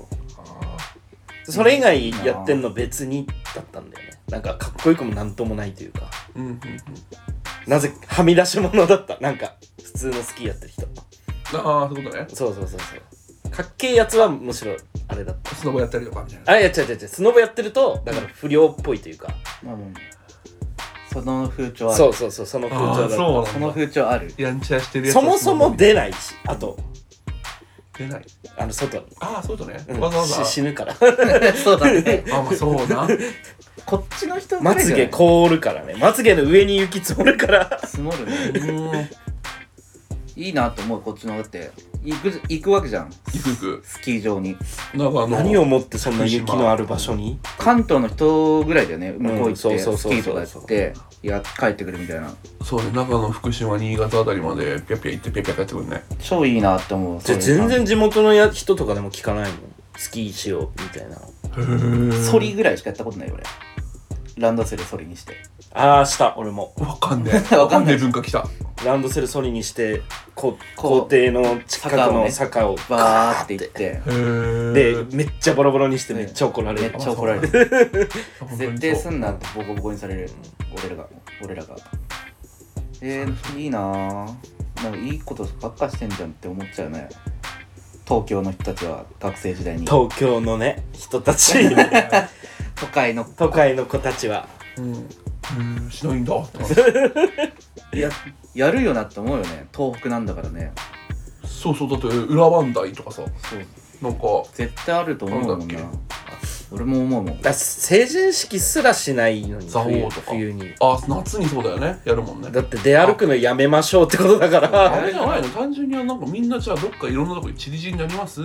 [SPEAKER 2] それ以外やってんの別にだったんだよねなんかかっこよくもなんともないというか
[SPEAKER 3] うんうんうん
[SPEAKER 2] なぜはみ出し物だったなんか普通のスキーやってる人
[SPEAKER 3] ああそういうことね
[SPEAKER 2] そうそうそうそうかっけえやつはむしろあれだった
[SPEAKER 3] スノボやったりとかみたいな
[SPEAKER 2] あいや違う違う違うスノボやってるとだから不良っぽいというか、
[SPEAKER 1] まあもうその風潮ある
[SPEAKER 2] そうそうそうその風
[SPEAKER 3] あ
[SPEAKER 2] 潮
[SPEAKER 3] あ
[SPEAKER 2] だ
[SPEAKER 3] そう
[SPEAKER 2] っ
[SPEAKER 3] な
[SPEAKER 1] そ
[SPEAKER 3] ん
[SPEAKER 1] の
[SPEAKER 3] だ
[SPEAKER 1] 風潮あ る
[SPEAKER 3] やんちゃしてる
[SPEAKER 2] た
[SPEAKER 3] やつは
[SPEAKER 2] そもそも出ないしあと
[SPEAKER 3] 出ない
[SPEAKER 2] あの外に、
[SPEAKER 3] ああそういうことね、
[SPEAKER 2] うん
[SPEAKER 3] わざわざ
[SPEAKER 2] し死ぬから
[SPEAKER 1] そうだね
[SPEAKER 3] あまあそ うな
[SPEAKER 1] こっちの人
[SPEAKER 2] まつげ凍るからねまつげの上に雪積もるから
[SPEAKER 1] う積もる
[SPEAKER 3] う
[SPEAKER 1] ね
[SPEAKER 3] ーん
[SPEAKER 1] いいなと思うこっちのだって行く行くわけじゃん
[SPEAKER 3] 行く行く
[SPEAKER 1] スキー場に
[SPEAKER 3] なんかあの
[SPEAKER 2] 何をもってそんな雪のある場所に
[SPEAKER 1] 関東の人ぐらいだよね向こう行ってス
[SPEAKER 2] そうそうそうそう
[SPEAKER 1] キーとかやっていや帰ってくるみたいな
[SPEAKER 3] そうね中の福島新潟あたりまでピャピャ行ってピャピャ帰ってくるね
[SPEAKER 1] 超いいなって思う
[SPEAKER 2] じゃあ
[SPEAKER 1] そういう
[SPEAKER 2] 全
[SPEAKER 1] 感
[SPEAKER 2] 然地元のや人とかでも聞かないのスキーしようみたいな
[SPEAKER 3] へえ
[SPEAKER 1] ソリぐらいしかやったことない俺ランドセルソリにして
[SPEAKER 2] ああした俺も
[SPEAKER 3] わかんねえ
[SPEAKER 1] わかんねえ
[SPEAKER 3] 文化来た
[SPEAKER 2] ランドセルソリにしてこ
[SPEAKER 1] こ
[SPEAKER 2] 校
[SPEAKER 1] う
[SPEAKER 2] 庭の近く
[SPEAKER 1] 坂を
[SPEAKER 2] の
[SPEAKER 1] ね
[SPEAKER 2] 坂を
[SPEAKER 1] バーって行って
[SPEAKER 3] へえ
[SPEAKER 2] でめっちゃボロボロにしてめっちゃ怒られ
[SPEAKER 1] めっ
[SPEAKER 2] る
[SPEAKER 1] ちゃ怒られる絶対すんなってボコボコにされる俺らが俺らがえー、いいなぁなんかいいことばっかしてんじゃんって思っちゃうね東京の人たちは学生時代に都
[SPEAKER 2] 東京のね人たち
[SPEAKER 1] 会の
[SPEAKER 2] 都会の子たちは
[SPEAKER 3] うんへえしないんだって話
[SPEAKER 1] ややるよなって思うよね東北なんだからね
[SPEAKER 3] そうそうだって裏磐梯とか
[SPEAKER 1] そ
[SPEAKER 3] さ
[SPEAKER 1] う
[SPEAKER 3] なんか
[SPEAKER 1] 絶対あると思うもんな
[SPEAKER 3] なんだ
[SPEAKER 1] 俺も思うもん
[SPEAKER 2] だ成人式すらしないのに
[SPEAKER 3] 蔵
[SPEAKER 2] 冬
[SPEAKER 3] 王とか
[SPEAKER 2] 冬に
[SPEAKER 3] あ夏にそうだよねやるもんね
[SPEAKER 2] だって出歩くのやめましょうってことだか
[SPEAKER 3] あ
[SPEAKER 2] ら
[SPEAKER 3] れじゃないの単純にはなんかみんなじゃあどっかいろんなとこに散り散りになります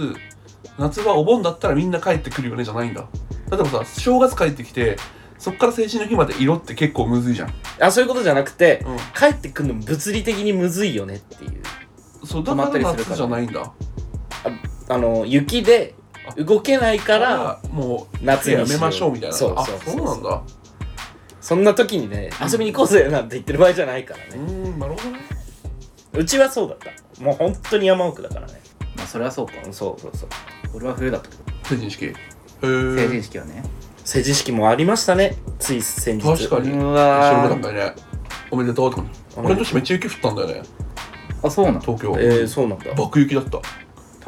[SPEAKER 3] 夏はお盆だったらみんな帰ってくるよねじゃないんだ例えばさ正月帰ってきてそっから成人の日まで色って結構むずいじゃん、
[SPEAKER 2] あそういうことじゃなくて、
[SPEAKER 3] うん
[SPEAKER 2] 帰ってくるの物理的にむずいよねっていう
[SPEAKER 3] そう
[SPEAKER 1] 止
[SPEAKER 3] だ
[SPEAKER 1] まっ
[SPEAKER 3] か
[SPEAKER 1] たり
[SPEAKER 3] ら
[SPEAKER 1] するから
[SPEAKER 3] 夏じゃないんだ
[SPEAKER 2] あの雪で動けないから
[SPEAKER 3] もう
[SPEAKER 2] 夏にしよう
[SPEAKER 3] やめましょうみたいな
[SPEAKER 2] そう
[SPEAKER 3] あ
[SPEAKER 2] そう
[SPEAKER 3] そうなんだ
[SPEAKER 2] そんな時にね遊びに行こうぜなんて言ってる場合じゃないから
[SPEAKER 3] うー
[SPEAKER 2] ね
[SPEAKER 3] んなるほどね
[SPEAKER 2] うちはそうだったもう本当に山奥だからね
[SPEAKER 1] まあそれはそうか
[SPEAKER 2] そうそうそう
[SPEAKER 1] 俺は冬だったけど
[SPEAKER 3] 成人式へ
[SPEAKER 1] 成
[SPEAKER 3] え
[SPEAKER 1] 人式はね
[SPEAKER 2] 成人式もありましたねつい先日
[SPEAKER 3] 確かに
[SPEAKER 1] う
[SPEAKER 3] 後ろ
[SPEAKER 1] わ
[SPEAKER 3] なん
[SPEAKER 1] ー
[SPEAKER 3] かねおめでとうとかね
[SPEAKER 2] お
[SPEAKER 3] 俺
[SPEAKER 2] めで
[SPEAKER 3] の年めっちゃ雪降ったんだよね
[SPEAKER 1] あそうなの
[SPEAKER 3] 東京、
[SPEAKER 2] えー、そうなんだ
[SPEAKER 3] 爆雪だった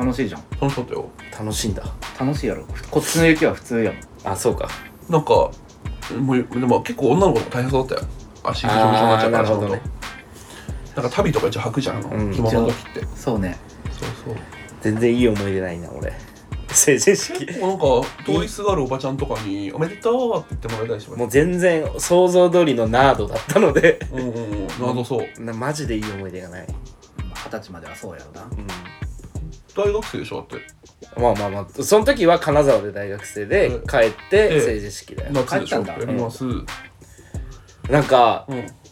[SPEAKER 1] 楽しいじゃん
[SPEAKER 3] 楽しかったよ
[SPEAKER 2] 楽しいんだ
[SPEAKER 1] 楽しいやろこっちの雪は普通やもん
[SPEAKER 2] あそうか
[SPEAKER 3] なんかもうでも結構女の子も大変そうだったよ足ぐしょぐしょになっちゃうか
[SPEAKER 2] あーなる
[SPEAKER 3] ら
[SPEAKER 2] ほどね
[SPEAKER 3] ちゃんとなんか旅とか一応履くじゃん、あ
[SPEAKER 2] う
[SPEAKER 3] の
[SPEAKER 2] ん
[SPEAKER 3] 着物の時って
[SPEAKER 1] そうね
[SPEAKER 3] そうそう
[SPEAKER 2] 全然いい思い出ないな俺成人式
[SPEAKER 3] 結構なんか通りすがるおばちゃんとかに「おめでとう!」って言ってもらえたりしまし
[SPEAKER 2] もう全然想像通りのナードだったので
[SPEAKER 3] たうんうんうんなどそう
[SPEAKER 2] なマジでいい思い出がない、
[SPEAKER 1] まあ二十歳まではそうやろな
[SPEAKER 2] うん、
[SPEAKER 3] 大学生でしょだって
[SPEAKER 2] まあまあまあその時は金沢で大学生で
[SPEAKER 3] うん
[SPEAKER 2] 帰って
[SPEAKER 3] で
[SPEAKER 2] 成人式だよ
[SPEAKER 3] 夏でしょ
[SPEAKER 1] 帰ったんだ
[SPEAKER 3] やりますうん
[SPEAKER 2] なんか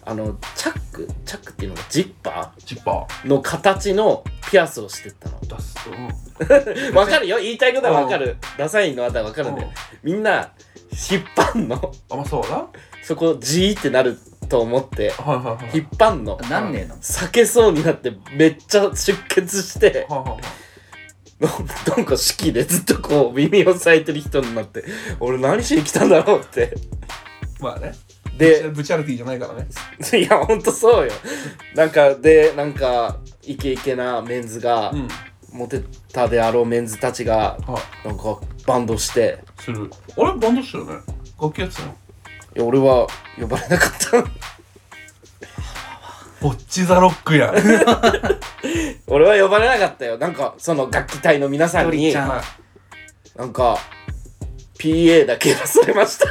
[SPEAKER 2] あのチャックチャックっていうのがジッパ
[SPEAKER 3] ジッパ
[SPEAKER 2] ーの形のピアスをしてったの
[SPEAKER 3] ー出すと
[SPEAKER 2] わかるよ言いたいことはわかるダサいのあたはわかるんで
[SPEAKER 3] うん
[SPEAKER 2] みんな引っ張んの
[SPEAKER 3] あまあそうだな
[SPEAKER 2] そこジーってなると思って
[SPEAKER 3] はいはいはい
[SPEAKER 2] 引っ張んの
[SPEAKER 1] 何年なの
[SPEAKER 2] 避けそうになってめっちゃ出血して
[SPEAKER 3] はいはいはい
[SPEAKER 2] なんか式でずっとこう耳を塞いでる人になって俺何しに来たんだろうって
[SPEAKER 3] まあね
[SPEAKER 2] で
[SPEAKER 3] ブチャリティじゃないからね
[SPEAKER 2] いやほんとそうよなんかでなんかイケイケなメンズが、
[SPEAKER 3] うん
[SPEAKER 2] モテたであろうメンズたちが
[SPEAKER 3] は
[SPEAKER 2] なんかバンドして
[SPEAKER 3] いするあれバンドしたよね楽器やってたよ
[SPEAKER 2] いや俺は呼ばれなかった
[SPEAKER 3] ボッチザロックやん
[SPEAKER 2] 俺は呼ばれなかったよなんかその楽器隊の皆さん
[SPEAKER 1] 一人
[SPEAKER 2] に
[SPEAKER 1] ちゃん
[SPEAKER 3] はい
[SPEAKER 2] なんか PA だけやらされました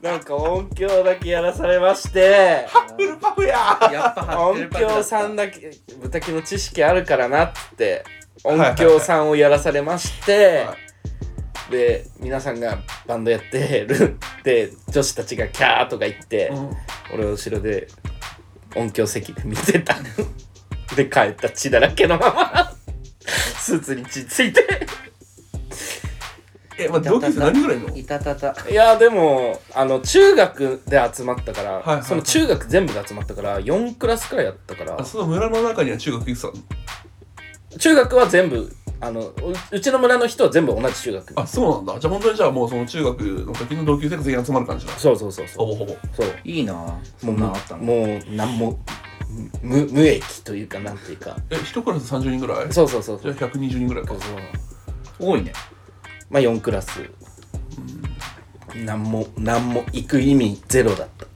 [SPEAKER 2] なんか音響だけやらされまして
[SPEAKER 3] フルパフや
[SPEAKER 1] やっぱ張って
[SPEAKER 2] 音
[SPEAKER 1] るパターン
[SPEAKER 2] 響さんだけ豚キの知識あるからなっつって
[SPEAKER 3] いはいはい
[SPEAKER 2] 音響さんをやらされまして、
[SPEAKER 3] は
[SPEAKER 2] で皆さんがバンドやってるって女子たちがキャーとか言って、
[SPEAKER 3] うん
[SPEAKER 2] 俺は後ろで音響席で見てたで帰った血だらけのままスーツに血ついて
[SPEAKER 3] えまあ同級生何ぐらいいんの
[SPEAKER 1] いたたた
[SPEAKER 2] いやでもあの中学で集まったから、
[SPEAKER 3] いはいはい
[SPEAKER 2] その中学全部で集まったから4クラスくらいやったから
[SPEAKER 3] あその村の中には中学行ってたの
[SPEAKER 2] 中学は全部あのううちの村の人は全部同じ中学
[SPEAKER 3] あそうなんだじゃあ本当にじゃあもうその中学の時の同級生が全員集まる感じだ
[SPEAKER 2] そうそうそうそ
[SPEAKER 3] ほ
[SPEAKER 2] う
[SPEAKER 3] ぼほぼ
[SPEAKER 2] そう
[SPEAKER 1] いいなそ
[SPEAKER 2] もうん
[SPEAKER 1] なんあったの
[SPEAKER 2] もうなんも無無益というかなんていうか
[SPEAKER 3] え一クラス30人ぐらい
[SPEAKER 2] そうそうそう
[SPEAKER 3] じ
[SPEAKER 2] そ
[SPEAKER 3] ゃあ
[SPEAKER 2] う
[SPEAKER 3] 120人ぐらいか
[SPEAKER 2] そうそう
[SPEAKER 1] 多いね
[SPEAKER 2] まあ4クラスなんもなんも行く意味ゼロだった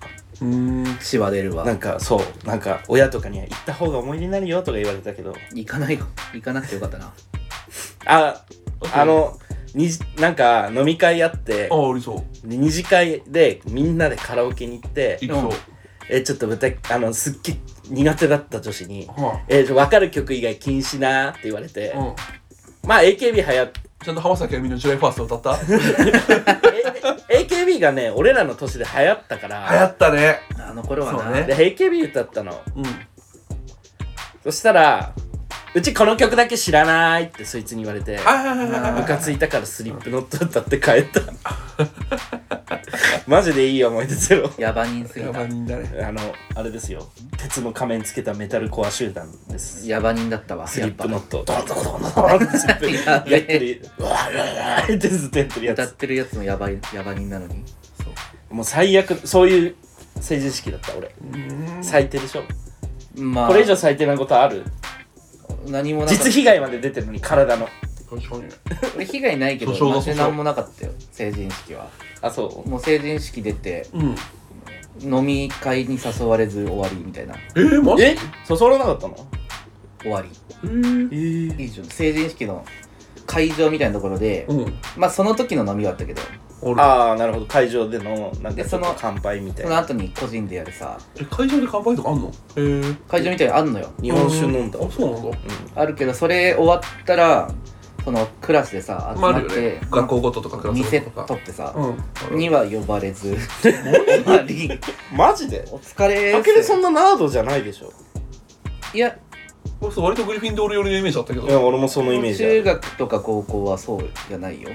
[SPEAKER 3] うーん
[SPEAKER 1] 血は出る
[SPEAKER 2] な
[SPEAKER 1] わ
[SPEAKER 2] んかそうなんか親とかには行った方が思い出になるよとか言われたけど
[SPEAKER 1] 行かないよ行かなくてよかったな
[SPEAKER 2] ああのになんか飲み会あって
[SPEAKER 3] あありそう
[SPEAKER 2] 二次会でみんなでカラオケに行って
[SPEAKER 3] 行く
[SPEAKER 2] えちょっとぶたあのすっげえ苦手だった女子に
[SPEAKER 3] そうは
[SPEAKER 2] 「えちょ分かる曲以外禁止な」って言われて
[SPEAKER 3] いうん
[SPEAKER 2] まあ AKB 流行っ
[SPEAKER 3] ちゃんと浜崎あゆみの「ジュライファースト」歌った 流
[SPEAKER 2] え AKB がね俺らの年で流行ったから
[SPEAKER 3] 行ったね
[SPEAKER 1] あの頃は
[SPEAKER 3] そ
[SPEAKER 1] な
[SPEAKER 3] うね
[SPEAKER 2] で AKB 歌ったの
[SPEAKER 3] うん
[SPEAKER 2] そしたら「うちこの曲だけ知らない」ってそいつに言われて
[SPEAKER 3] はいはいはいはい
[SPEAKER 2] ムカついたからスリップノット歌って帰った マジでいい思い出ゼロ
[SPEAKER 1] ヤバ人すぎ
[SPEAKER 3] や
[SPEAKER 1] た
[SPEAKER 3] ば人だね
[SPEAKER 2] あのあれですよ鉄の仮面つけたメタルコア集団です
[SPEAKER 1] ヤバ人だったわ
[SPEAKER 2] スリップ
[SPEAKER 1] や
[SPEAKER 2] ノ
[SPEAKER 1] っ
[SPEAKER 2] ットドンドンドンドンってスリップや
[SPEAKER 1] やべえ
[SPEAKER 2] ってるうわうわうわってずっとやってる
[SPEAKER 1] ぱ
[SPEAKER 2] や
[SPEAKER 1] 歌っ
[SPEAKER 2] つ
[SPEAKER 1] てるやつのヤバいヤバ人なのに
[SPEAKER 3] そう
[SPEAKER 2] もう最悪そういう成人式だった俺
[SPEAKER 3] うーん
[SPEAKER 2] 最低でしょ
[SPEAKER 1] まあ
[SPEAKER 2] これ以上最低なことある
[SPEAKER 1] 何もなかった
[SPEAKER 2] 実被害まで出てるのに体の
[SPEAKER 3] 確かにね
[SPEAKER 1] 俺被害ないけど
[SPEAKER 3] 訴訟だ
[SPEAKER 1] マジで
[SPEAKER 3] 訴訟
[SPEAKER 1] 何もなかったよ成人式は
[SPEAKER 2] あそう
[SPEAKER 1] もう成人式出て
[SPEAKER 3] うん
[SPEAKER 1] 飲み会に誘われず終わりみたいな
[SPEAKER 3] えーマジ
[SPEAKER 2] えそそらなかったの
[SPEAKER 1] 終わり
[SPEAKER 3] えー
[SPEAKER 2] えー、
[SPEAKER 1] 以上成人式の会場みたいなところで、
[SPEAKER 3] うん
[SPEAKER 1] まあその時の飲みはあったけど
[SPEAKER 3] 俺
[SPEAKER 2] ああなるほど会場でのなんか
[SPEAKER 1] で
[SPEAKER 2] ち
[SPEAKER 1] そ
[SPEAKER 2] ょっ
[SPEAKER 1] の
[SPEAKER 2] と乾杯みたい
[SPEAKER 1] そ
[SPEAKER 2] な
[SPEAKER 1] の後に個人でやるさ
[SPEAKER 3] え会場で乾杯とかあんのえー
[SPEAKER 1] 会場みたいなのあんのよ
[SPEAKER 2] 日本酒飲んだ
[SPEAKER 3] あそうなんだ
[SPEAKER 1] あるけどそれ終わったらそのクラスでさ集
[SPEAKER 3] まあ
[SPEAKER 1] ま
[SPEAKER 3] あ
[SPEAKER 1] っ
[SPEAKER 3] るよ
[SPEAKER 1] て
[SPEAKER 3] ね、学校ごととかクラス
[SPEAKER 1] 2セ
[SPEAKER 3] ご
[SPEAKER 1] ッ
[SPEAKER 3] と
[SPEAKER 1] ト
[SPEAKER 3] とか
[SPEAKER 1] 取ってさ、
[SPEAKER 3] うん
[SPEAKER 1] には呼ばれず終わり
[SPEAKER 2] マジで
[SPEAKER 1] お疲れ
[SPEAKER 2] あ
[SPEAKER 1] ー
[SPEAKER 2] けで
[SPEAKER 1] す
[SPEAKER 2] そんなナードじゃないでしょ
[SPEAKER 1] いや
[SPEAKER 3] 俺そう割とグリフィンドール寄りのイメージだったけ
[SPEAKER 2] いや
[SPEAKER 3] ど
[SPEAKER 2] 俺もそのイメージあ
[SPEAKER 1] 中
[SPEAKER 2] る
[SPEAKER 1] 学とか高校はそうじゃないよ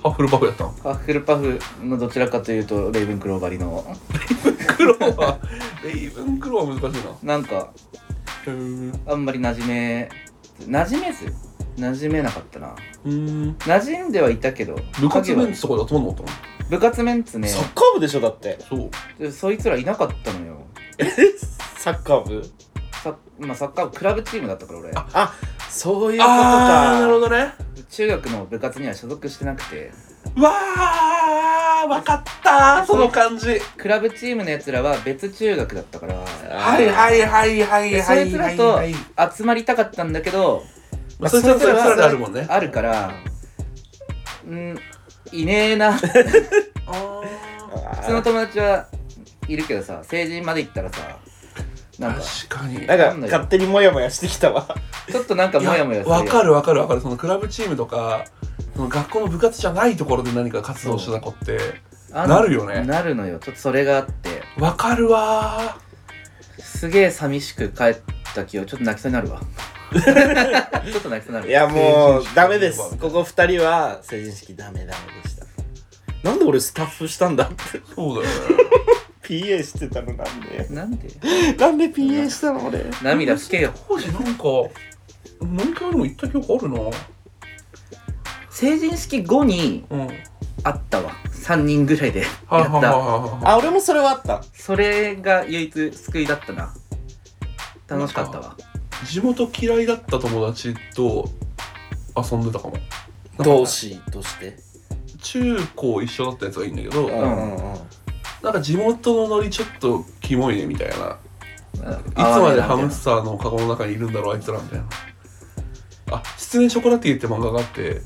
[SPEAKER 3] ハッフルパフやったん
[SPEAKER 1] ハッフルパフのどちらかというとレイブンクローバリの
[SPEAKER 3] 黒はレイブンクローは難しいな
[SPEAKER 1] なんか
[SPEAKER 3] へー
[SPEAKER 1] あんまり馴染め馴染めず馴染めなかったな
[SPEAKER 3] うーん
[SPEAKER 1] 馴染んではいたけど
[SPEAKER 3] 部活メン
[SPEAKER 1] 影は
[SPEAKER 3] ツとかで集まんなかっ
[SPEAKER 1] 部活メンツね
[SPEAKER 2] サッカー部でしょだって
[SPEAKER 3] たのそう
[SPEAKER 1] そいつらいなかったのよ
[SPEAKER 2] サッカー部
[SPEAKER 1] サッ,、まあ、サッカー部クラブチームだったから俺
[SPEAKER 2] あそういうこと
[SPEAKER 3] あ
[SPEAKER 2] か
[SPEAKER 3] ーなるほどね
[SPEAKER 1] 中学の部活には所属してなくて
[SPEAKER 3] わあわかったーその感じ
[SPEAKER 1] クラブチームのやつらは別中学だったから
[SPEAKER 3] はいはいはいはい
[SPEAKER 1] で
[SPEAKER 3] は
[SPEAKER 1] そ
[SPEAKER 3] い
[SPEAKER 1] いつ
[SPEAKER 3] は
[SPEAKER 1] ら
[SPEAKER 3] い
[SPEAKER 1] と
[SPEAKER 3] はい
[SPEAKER 1] 集まりたかったんだけど
[SPEAKER 3] まあそいつらはそいつらであるもんね
[SPEAKER 1] あるからうんいねえ な普
[SPEAKER 3] あ
[SPEAKER 1] 通の友達はいるけどさ成人まで行ったらさなんか
[SPEAKER 3] ー確かに
[SPEAKER 2] なんか勝手にモヤモヤしてき たわ
[SPEAKER 1] ちょっとなんかモヤモヤする
[SPEAKER 3] わか
[SPEAKER 1] る
[SPEAKER 3] るわかるわかるそのクラブチームとかその学校の部活じゃないところで何か活動してた子ってなるよね
[SPEAKER 1] なるのよちょっとそれがあって
[SPEAKER 3] わかるわ
[SPEAKER 1] すげえ寂しく帰った記憶ちょっと泣きそうにな るわ ちょっと泣きそうになる
[SPEAKER 2] いやもう
[SPEAKER 3] 成人式
[SPEAKER 2] ダメですここ2人は成人式ダメダメでしたなんで俺スタッフしたんだって
[SPEAKER 3] ーそうだよ
[SPEAKER 2] PA してたのなんで
[SPEAKER 1] なんで
[SPEAKER 2] なんで PA したの俺
[SPEAKER 1] 涙拭けよ
[SPEAKER 3] 当時なんか何回も行った記憶あるな
[SPEAKER 1] 成人式後に
[SPEAKER 3] うんはい
[SPEAKER 1] あったわ3人ぐらいで
[SPEAKER 3] はい
[SPEAKER 1] や
[SPEAKER 3] は
[SPEAKER 1] っ
[SPEAKER 3] いはい
[SPEAKER 1] た
[SPEAKER 3] はい
[SPEAKER 2] あ俺もそれはあった
[SPEAKER 1] それが唯一救いだったな楽しかったわ
[SPEAKER 3] 地元嫌いだった友達と遊んでたかも
[SPEAKER 2] 同志として
[SPEAKER 3] 中高一緒だったやつがいいんだけど、
[SPEAKER 2] うんんうんうん
[SPEAKER 3] なんか地元のノリちょっとキモいねみたいない
[SPEAKER 1] つ
[SPEAKER 3] いつまでハムスターのカゴの中にいるんだろうあいつらみたいなあ「失恋ショコラティエ」って漫画があって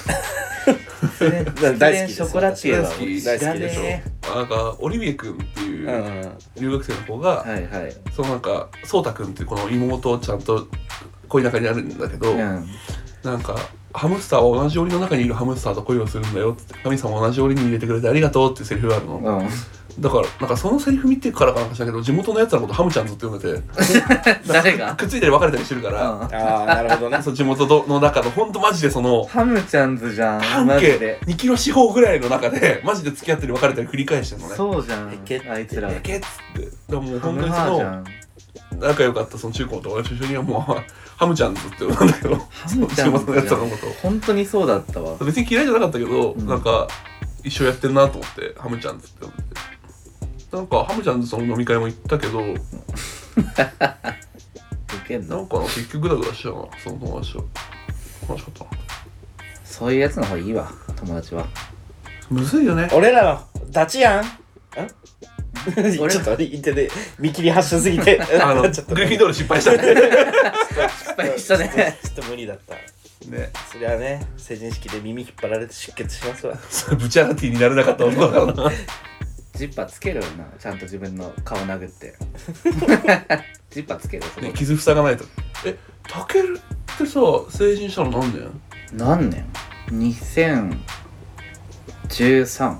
[SPEAKER 2] 大好きです
[SPEAKER 1] ショコラティエは俺知ら
[SPEAKER 2] 大好きです
[SPEAKER 1] ね
[SPEAKER 3] なんかオリビエ君ってい
[SPEAKER 2] うん
[SPEAKER 3] う
[SPEAKER 2] うん
[SPEAKER 3] 留学生の子が、
[SPEAKER 1] えはいはい
[SPEAKER 3] そのなんか颯太君っていうこの妹をちゃんと恋仲にあるんだけど、
[SPEAKER 1] うん
[SPEAKER 3] なんかハムスターは同じ檻の中にいるハムスターと恋をするんだよって神様同じ檻に入れてくれてありがとうっていうセリフがあるの、
[SPEAKER 1] うん
[SPEAKER 3] だからなんかそのセリフ見てからかなんかしたけど地元のやつらのことハムちゃんずっと呼んでて
[SPEAKER 1] 誰が
[SPEAKER 3] くっついたり別れたりしてるか
[SPEAKER 1] う
[SPEAKER 3] ら、
[SPEAKER 1] ん
[SPEAKER 2] ああなるほどね
[SPEAKER 3] そう地元の中のほんとマジでその
[SPEAKER 1] ハムちゃんズじゃんマ
[SPEAKER 3] 半
[SPEAKER 1] ジ
[SPEAKER 3] 径
[SPEAKER 1] で
[SPEAKER 3] 2キロ四方ぐらいの中で マジで付き合ったり別れたり繰り返してるのね
[SPEAKER 1] そうじゃん
[SPEAKER 2] えけって
[SPEAKER 1] あいつら
[SPEAKER 3] えけっつってだからもう
[SPEAKER 1] ハ
[SPEAKER 3] 本
[SPEAKER 1] ム
[SPEAKER 3] 当にそ
[SPEAKER 1] ハーじゃ
[SPEAKER 3] の
[SPEAKER 1] ん
[SPEAKER 3] 仲良かったその中高の友達と一緒にはもうハムちゃんズって呼ぶんだけど
[SPEAKER 1] ハムち
[SPEAKER 3] 地
[SPEAKER 1] ゃん
[SPEAKER 3] 元の や
[SPEAKER 1] ズ
[SPEAKER 3] つ
[SPEAKER 1] じゃ
[SPEAKER 3] ら
[SPEAKER 1] ん
[SPEAKER 3] のこと
[SPEAKER 1] 本当にそうだったわ
[SPEAKER 3] 別に嫌いじゃなかったけど、
[SPEAKER 1] うん
[SPEAKER 3] なんか一緒やってんなと思ってハムちゃんズって思ってなんかハムちゃんズその飲み会も行ったけど
[SPEAKER 1] ウケん
[SPEAKER 3] な
[SPEAKER 1] の
[SPEAKER 3] んか結局グダグダしてたなその友達と楽しかったな
[SPEAKER 1] そういうやつの方がいいわ友達は
[SPEAKER 3] むず いよね
[SPEAKER 2] 俺らのダチやんん ちょっと待って言ってて見切り発車すぎて
[SPEAKER 3] あのグリ
[SPEAKER 2] ちょっと
[SPEAKER 3] フィンドール失敗し たね
[SPEAKER 1] 失敗したね
[SPEAKER 2] ちょっと無理だった
[SPEAKER 3] ね
[SPEAKER 2] そりゃね成人式で耳引っ張られて出血しますわ
[SPEAKER 3] それブチャラティになれなかった女だな
[SPEAKER 1] ジッパーつけるよなちゃんと自分の顔殴って ジッパーつけるそこ
[SPEAKER 3] ね、傷塞がないとえタケルってさ成人したの何年
[SPEAKER 1] 何年 ?2013 ん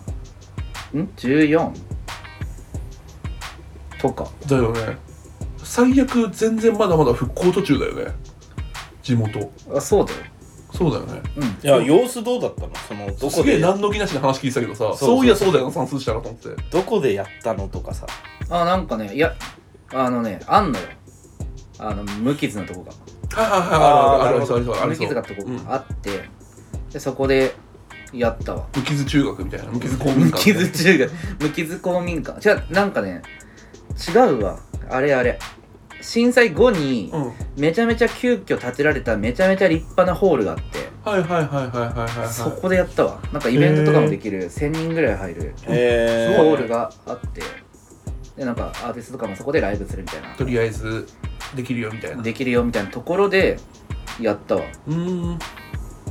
[SPEAKER 1] ?14? とか
[SPEAKER 3] だよね最悪全然まだまだ復興途中だよね地元
[SPEAKER 1] あそうだよ
[SPEAKER 3] そうだよね
[SPEAKER 1] うん
[SPEAKER 2] いや様子どうだったのそのどこ
[SPEAKER 3] すげえ
[SPEAKER 2] で
[SPEAKER 3] 何の気なしに話聞いてたけどさ
[SPEAKER 2] そうそう
[SPEAKER 3] そういやそうだよな算数したなと思って
[SPEAKER 2] どこでやったのとかさ
[SPEAKER 1] あなんかねいやあのねあんのよあの無傷のとこが
[SPEAKER 3] はいはい
[SPEAKER 2] あー
[SPEAKER 3] はいある
[SPEAKER 2] なる
[SPEAKER 3] あるあるありそうありそうあ
[SPEAKER 1] 無
[SPEAKER 3] りそう
[SPEAKER 1] 傷がとこ
[SPEAKER 3] うん
[SPEAKER 1] あって、でそこでやったわ
[SPEAKER 3] 無傷中学みたいな無傷公
[SPEAKER 1] 無
[SPEAKER 3] 民館
[SPEAKER 1] 傷中学 無傷公民館違うなんかね違うわあれあれ震災後に
[SPEAKER 3] うんはい
[SPEAKER 1] めちゃめちゃ急遽建てられためちゃめちゃ立派なホールがあって
[SPEAKER 3] はいはいはいはいはいはい
[SPEAKER 1] そこでやったわなんかイベントとかもできる1000人ぐらい入る
[SPEAKER 2] えー、
[SPEAKER 1] ホールがあってでなんかアーティストとかもそこでライブするみたい
[SPEAKER 3] と
[SPEAKER 1] な
[SPEAKER 3] りあえずできるよみたいな
[SPEAKER 1] できるよみたいなところでやったわ
[SPEAKER 3] うーん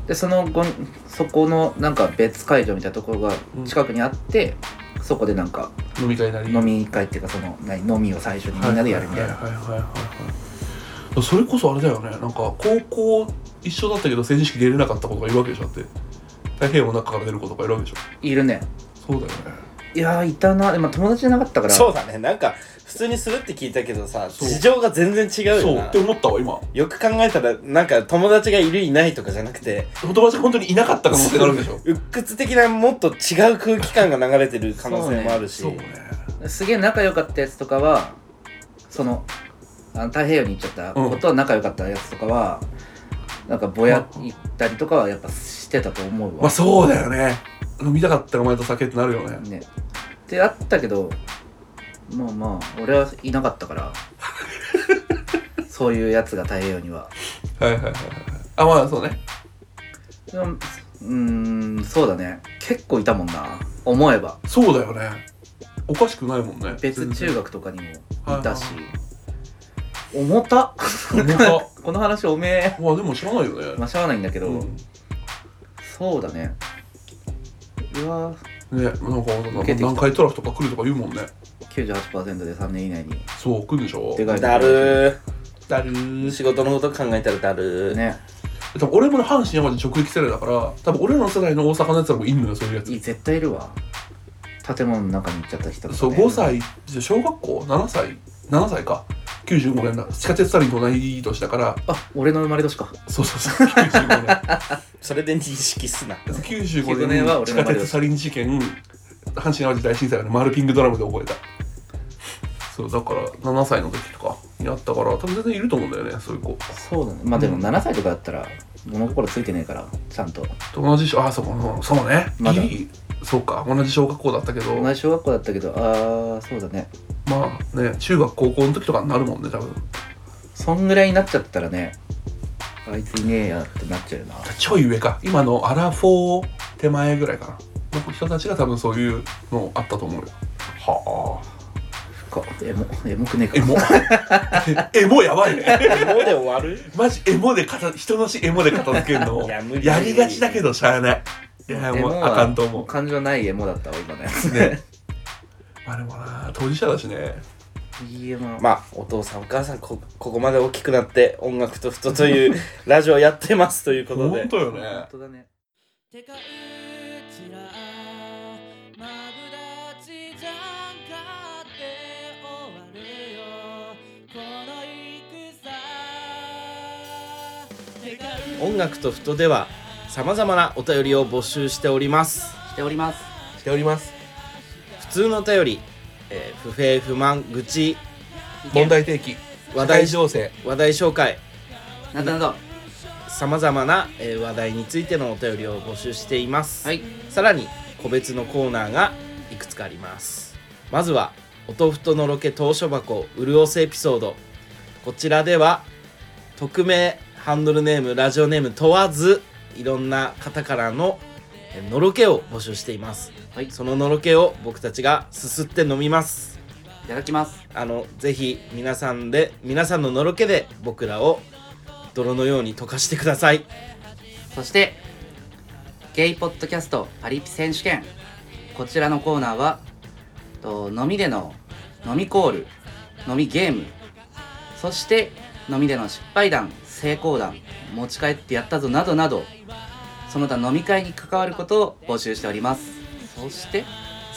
[SPEAKER 1] でその後そこのなんか別会場みたいなところが近くにあって、そこでなんか
[SPEAKER 3] 飲み会なり
[SPEAKER 1] 飲み会っていうかその何飲みを最初にみんなでやるみたいな
[SPEAKER 3] はいはいはいはいはいはいそれこそあれだよねなんか高校一緒だったけど成人式出れなかった子とかいるわけでしょだって太平洋の中から出る子とかいるわけでしょ
[SPEAKER 1] いるね
[SPEAKER 3] そうだよね
[SPEAKER 1] いやーいたなでも友達じゃなかったから
[SPEAKER 2] そうだねなんか普通にするって聞いたけどさ
[SPEAKER 3] そう
[SPEAKER 2] 事情が全然違う
[SPEAKER 3] そ
[SPEAKER 2] よ
[SPEAKER 3] う
[SPEAKER 2] な
[SPEAKER 3] って思ったわ今
[SPEAKER 2] よく考えたらなんか友達がいるいないとかじゃなくて
[SPEAKER 3] 友達が本当にいなかった可能性があるわけでしょ
[SPEAKER 2] うっくつ的なもっと違う空気感が流れてる可能性もあるし、
[SPEAKER 3] そうね
[SPEAKER 1] すげえ仲良かったやつとかはそのあの太平洋に行っちゃった子と仲良かったやつとかは、なんかぼや行ったりとかはやっぱしてたと思うわ、
[SPEAKER 3] まあそうだよね飲みたかったらお前と酒ってなるよね
[SPEAKER 1] ねってあったけどまあまあ俺はいなかったから そういうやつが太平洋には
[SPEAKER 3] はいはいはいはいあまあそうね
[SPEAKER 1] でもうーんそうだね結構いたもんな思えば
[SPEAKER 3] そうだよねおかしくないもんね
[SPEAKER 1] 別中
[SPEAKER 3] 学
[SPEAKER 1] 学とかにもいたし
[SPEAKER 3] は
[SPEAKER 1] 重た この話おめえ
[SPEAKER 3] まあでも知らないよね、
[SPEAKER 1] まあしゃあないんだけど、
[SPEAKER 3] うん
[SPEAKER 1] そうだねうわ
[SPEAKER 3] ねなんかなん
[SPEAKER 1] 受
[SPEAKER 3] か
[SPEAKER 1] けてきた
[SPEAKER 3] 南海トラフとか来るとか言うもんね
[SPEAKER 1] 98%で3年以内に
[SPEAKER 3] そう来るんでしょ
[SPEAKER 1] でかい
[SPEAKER 2] だる
[SPEAKER 3] だるー
[SPEAKER 2] ー仕事のこと考えたらだるー、
[SPEAKER 1] ね
[SPEAKER 3] 多分俺もね阪神・淡路直撃世代だから多分俺らの世代の大阪のやつらもいんのよそういうやつ
[SPEAKER 1] い絶対いるわ建物の中に行っちゃった人とか、ね、
[SPEAKER 3] そう5歳じゃあ小学校7歳7歳か95年だ地下鉄サリンと同い年だから
[SPEAKER 1] あ俺の生まれ年か
[SPEAKER 3] そうそうそう95年
[SPEAKER 2] それで認識すな
[SPEAKER 3] 95
[SPEAKER 1] 95年は俺
[SPEAKER 3] 年に地
[SPEAKER 1] の
[SPEAKER 3] 下
[SPEAKER 1] 生まれ
[SPEAKER 3] 鉄サリン事件阪神・淡路大震災のマルピングドラムで覚えたそうだから7歳の時とかにあったから多分全然いると思うんだよねそういう子
[SPEAKER 1] そうだねまあでも7歳とかだったら物心ついてねえからちゃんと
[SPEAKER 3] と同じしあそうかうんそうね
[SPEAKER 1] まだ
[SPEAKER 3] ギリそうか同じ小学校だったけど
[SPEAKER 1] 同じ小学校だったけどああそうだね
[SPEAKER 3] まあね中学高校の時とかになるもんね多分
[SPEAKER 1] そんぐらいになっちゃったらねあいついねえやってなっちゃうよな
[SPEAKER 3] ちょい上か今のアラフォー手前ぐらいかなの人たちが多分そういうのあったと思うよはあ
[SPEAKER 1] 深っエモエモくねえか
[SPEAKER 3] エモ エモやばいね
[SPEAKER 2] もうで終わる
[SPEAKER 3] マジエモで片人の死エモで片付けるの
[SPEAKER 2] いや無理
[SPEAKER 3] やりがちだけどしゃあないいやも
[SPEAKER 1] エ
[SPEAKER 3] う
[SPEAKER 1] モ
[SPEAKER 3] あ
[SPEAKER 1] は
[SPEAKER 3] かんと思う
[SPEAKER 1] 感情ないエモだったわ今のやつ
[SPEAKER 3] ねまあでもな当事者だしね
[SPEAKER 1] いいエモ
[SPEAKER 2] まあお父さんお母さんこここまで大きくなって音楽と人という ラジオやってますということで
[SPEAKER 3] 本当よね
[SPEAKER 1] 本当だね
[SPEAKER 4] てかうちらマブダチじゃんかって終わるよこの戦てかう
[SPEAKER 2] 音楽と人ではさまざまなお便りを募集しております
[SPEAKER 1] しております
[SPEAKER 2] しております普通のお便り、えー不平不満愚痴
[SPEAKER 3] 問題提起
[SPEAKER 2] 話題
[SPEAKER 3] 情勢
[SPEAKER 2] 話題紹介
[SPEAKER 1] などなど
[SPEAKER 2] さまざまな、えー話題についてのお便りを募集しています、
[SPEAKER 1] はい
[SPEAKER 2] さらに個別のコーナーがいくつかありますまずは「お豆腐とのろけ投書箱潤すエピソード」こちらでは匿名ハンドルネームラジオネーム問わずいろんな方からのえーのろけを募集しています
[SPEAKER 1] はいい
[SPEAKER 2] そののろけを僕たちがすすって飲みます
[SPEAKER 1] ただきます
[SPEAKER 2] あのぜひ皆さんで皆さんののろけで僕らを泥のように溶かしてください
[SPEAKER 1] そしてゲイポッドキャストパリピ選手権こちらのコーナーはと飲みでの飲みコール飲みゲームそして飲みでの失敗談成功談持ち帰ってやったぞなどなどその他飲み会に関わることを募集しておりますそして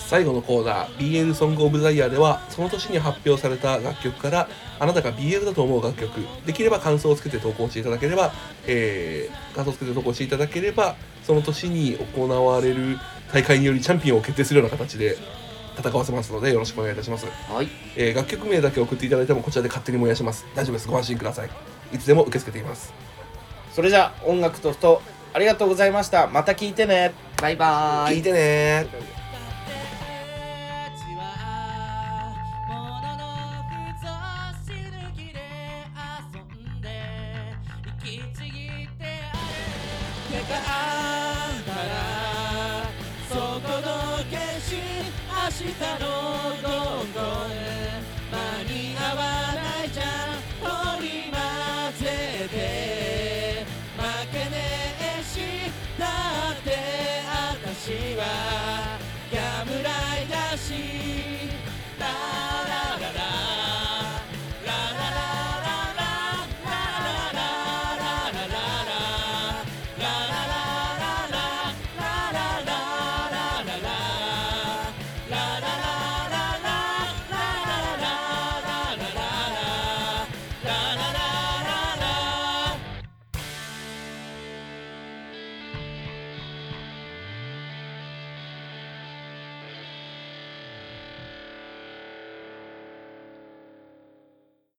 [SPEAKER 5] 最後のコーナー BN ソングオブザイヤーではその年に発表された楽曲からあなたが BL だと思う楽曲できれば感想をつけて投稿していただければ、えー感想をつけて投稿していただければその年に行われる大会によりチャンピオンを決定するような形で戦わせますのでよろしくお願いいたします、
[SPEAKER 1] はい
[SPEAKER 5] えー楽曲名だけ送っていただいてもこちらで勝手に燃やします大丈夫ですご安心くださいいつでも受け付けています
[SPEAKER 2] それじゃあ音楽とふとありがとうございましたまた聞いてね
[SPEAKER 1] バイバーイ
[SPEAKER 5] 聞いてね
[SPEAKER 4] たちはもののふぞしぬきで遊んで息ちぎっててかあんたらそこの決心明日のゴ